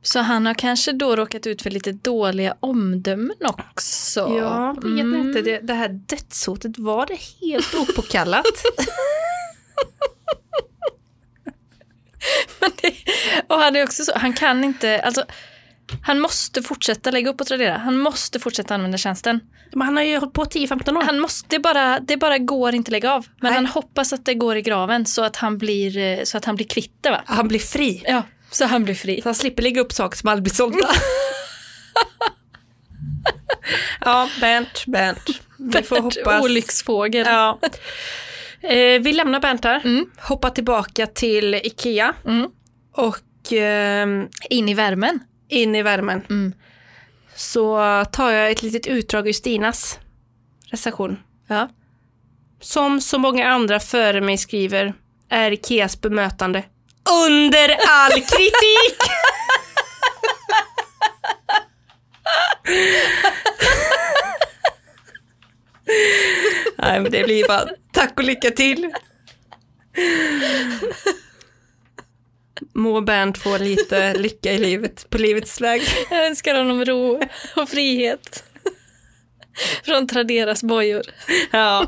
[SPEAKER 1] Så han har kanske då råkat ut för lite dåliga omdömen också.
[SPEAKER 2] Ja, vet
[SPEAKER 1] Mm.
[SPEAKER 2] inte. Det, det här dödshotet, var det helt opåkallat?
[SPEAKER 1] Och han är också så, han kan inte, alltså han måste fortsätta lägga upp på Tradera. Han måste fortsätta använda tjänsten.
[SPEAKER 2] Men han har ju hållit på 10-15 år.
[SPEAKER 1] Han måste, det, bara, det bara går inte lägga av. Men
[SPEAKER 2] Nej.
[SPEAKER 1] han hoppas att det går i graven så att han blir, eh, så att han blir kvitt det va?
[SPEAKER 2] Han blir fri.
[SPEAKER 1] Ja, så han blir fri.
[SPEAKER 2] Så han slipper lägga upp saker som aldrig blir sålda. ja, Bernt, Bernt. Vi får hoppas.
[SPEAKER 1] Olycksfågel.
[SPEAKER 2] Ja. Eh, vi lämnar Bernt här, hoppar tillbaka till Ikea
[SPEAKER 1] Mm.
[SPEAKER 2] och ehm,
[SPEAKER 1] In i värmen.
[SPEAKER 2] in i värmen.
[SPEAKER 1] Mm.
[SPEAKER 2] Så tar jag ett litet utdrag ur Stinas recension.
[SPEAKER 1] Ja.
[SPEAKER 2] Som så många andra före mig skriver är Ikeas bemötande under all kritik. Nej, men det blir bara tack och lycka till. Må Bernt få lite lycka i livet, på livets väg.
[SPEAKER 1] Jag önskar honom ro och frihet. Från Traderas bojor.
[SPEAKER 2] Ja.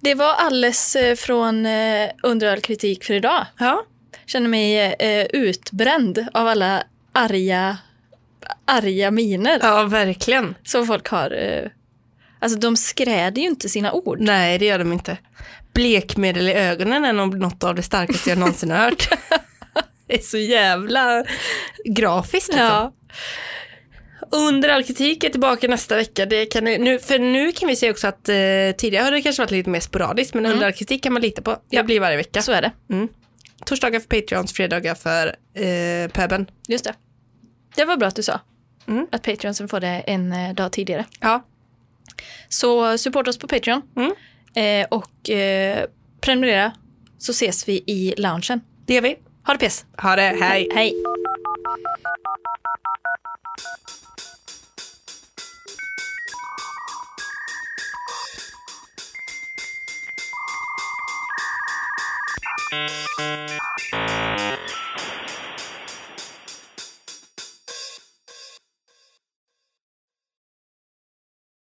[SPEAKER 1] Det var alles eh, från eh, Under all kritik för idag.
[SPEAKER 2] ja.
[SPEAKER 1] känner mig eh, utbränd av alla arga, arga miner
[SPEAKER 2] Ja, verkligen.
[SPEAKER 1] som folk har. Eh, alltså de skräder ju inte sina ord.
[SPEAKER 2] Nej, det gör de inte. Blekmedel i ögonen är nog något av det starkaste jag någonsin har hört. Det är så jävla grafiskt. Liksom.
[SPEAKER 1] Ja.
[SPEAKER 2] Under all kritik är tillbaka nästa vecka. Det kan ni, nu, för nu kan vi se också att eh, tidigare har det kanske varit lite mer sporadiskt, men under all kritik kan man lita på. Det blir varje vecka.
[SPEAKER 1] så är det.
[SPEAKER 2] Torsdagar för Patreons, fredagar för eh, Pöben.
[SPEAKER 1] Just det. Det var bra att du sa.
[SPEAKER 2] Mm.
[SPEAKER 1] Att Patreonsen får det en eh, dag tidigare.
[SPEAKER 2] Ja.
[SPEAKER 1] Så supporta oss på Patreon.
[SPEAKER 2] Mm.
[SPEAKER 1] Eh, och eh, prenumerera så ses vi i loungen.
[SPEAKER 2] Det gör vi.
[SPEAKER 1] Ha det pess.
[SPEAKER 2] Ha det, hej.
[SPEAKER 1] Hej.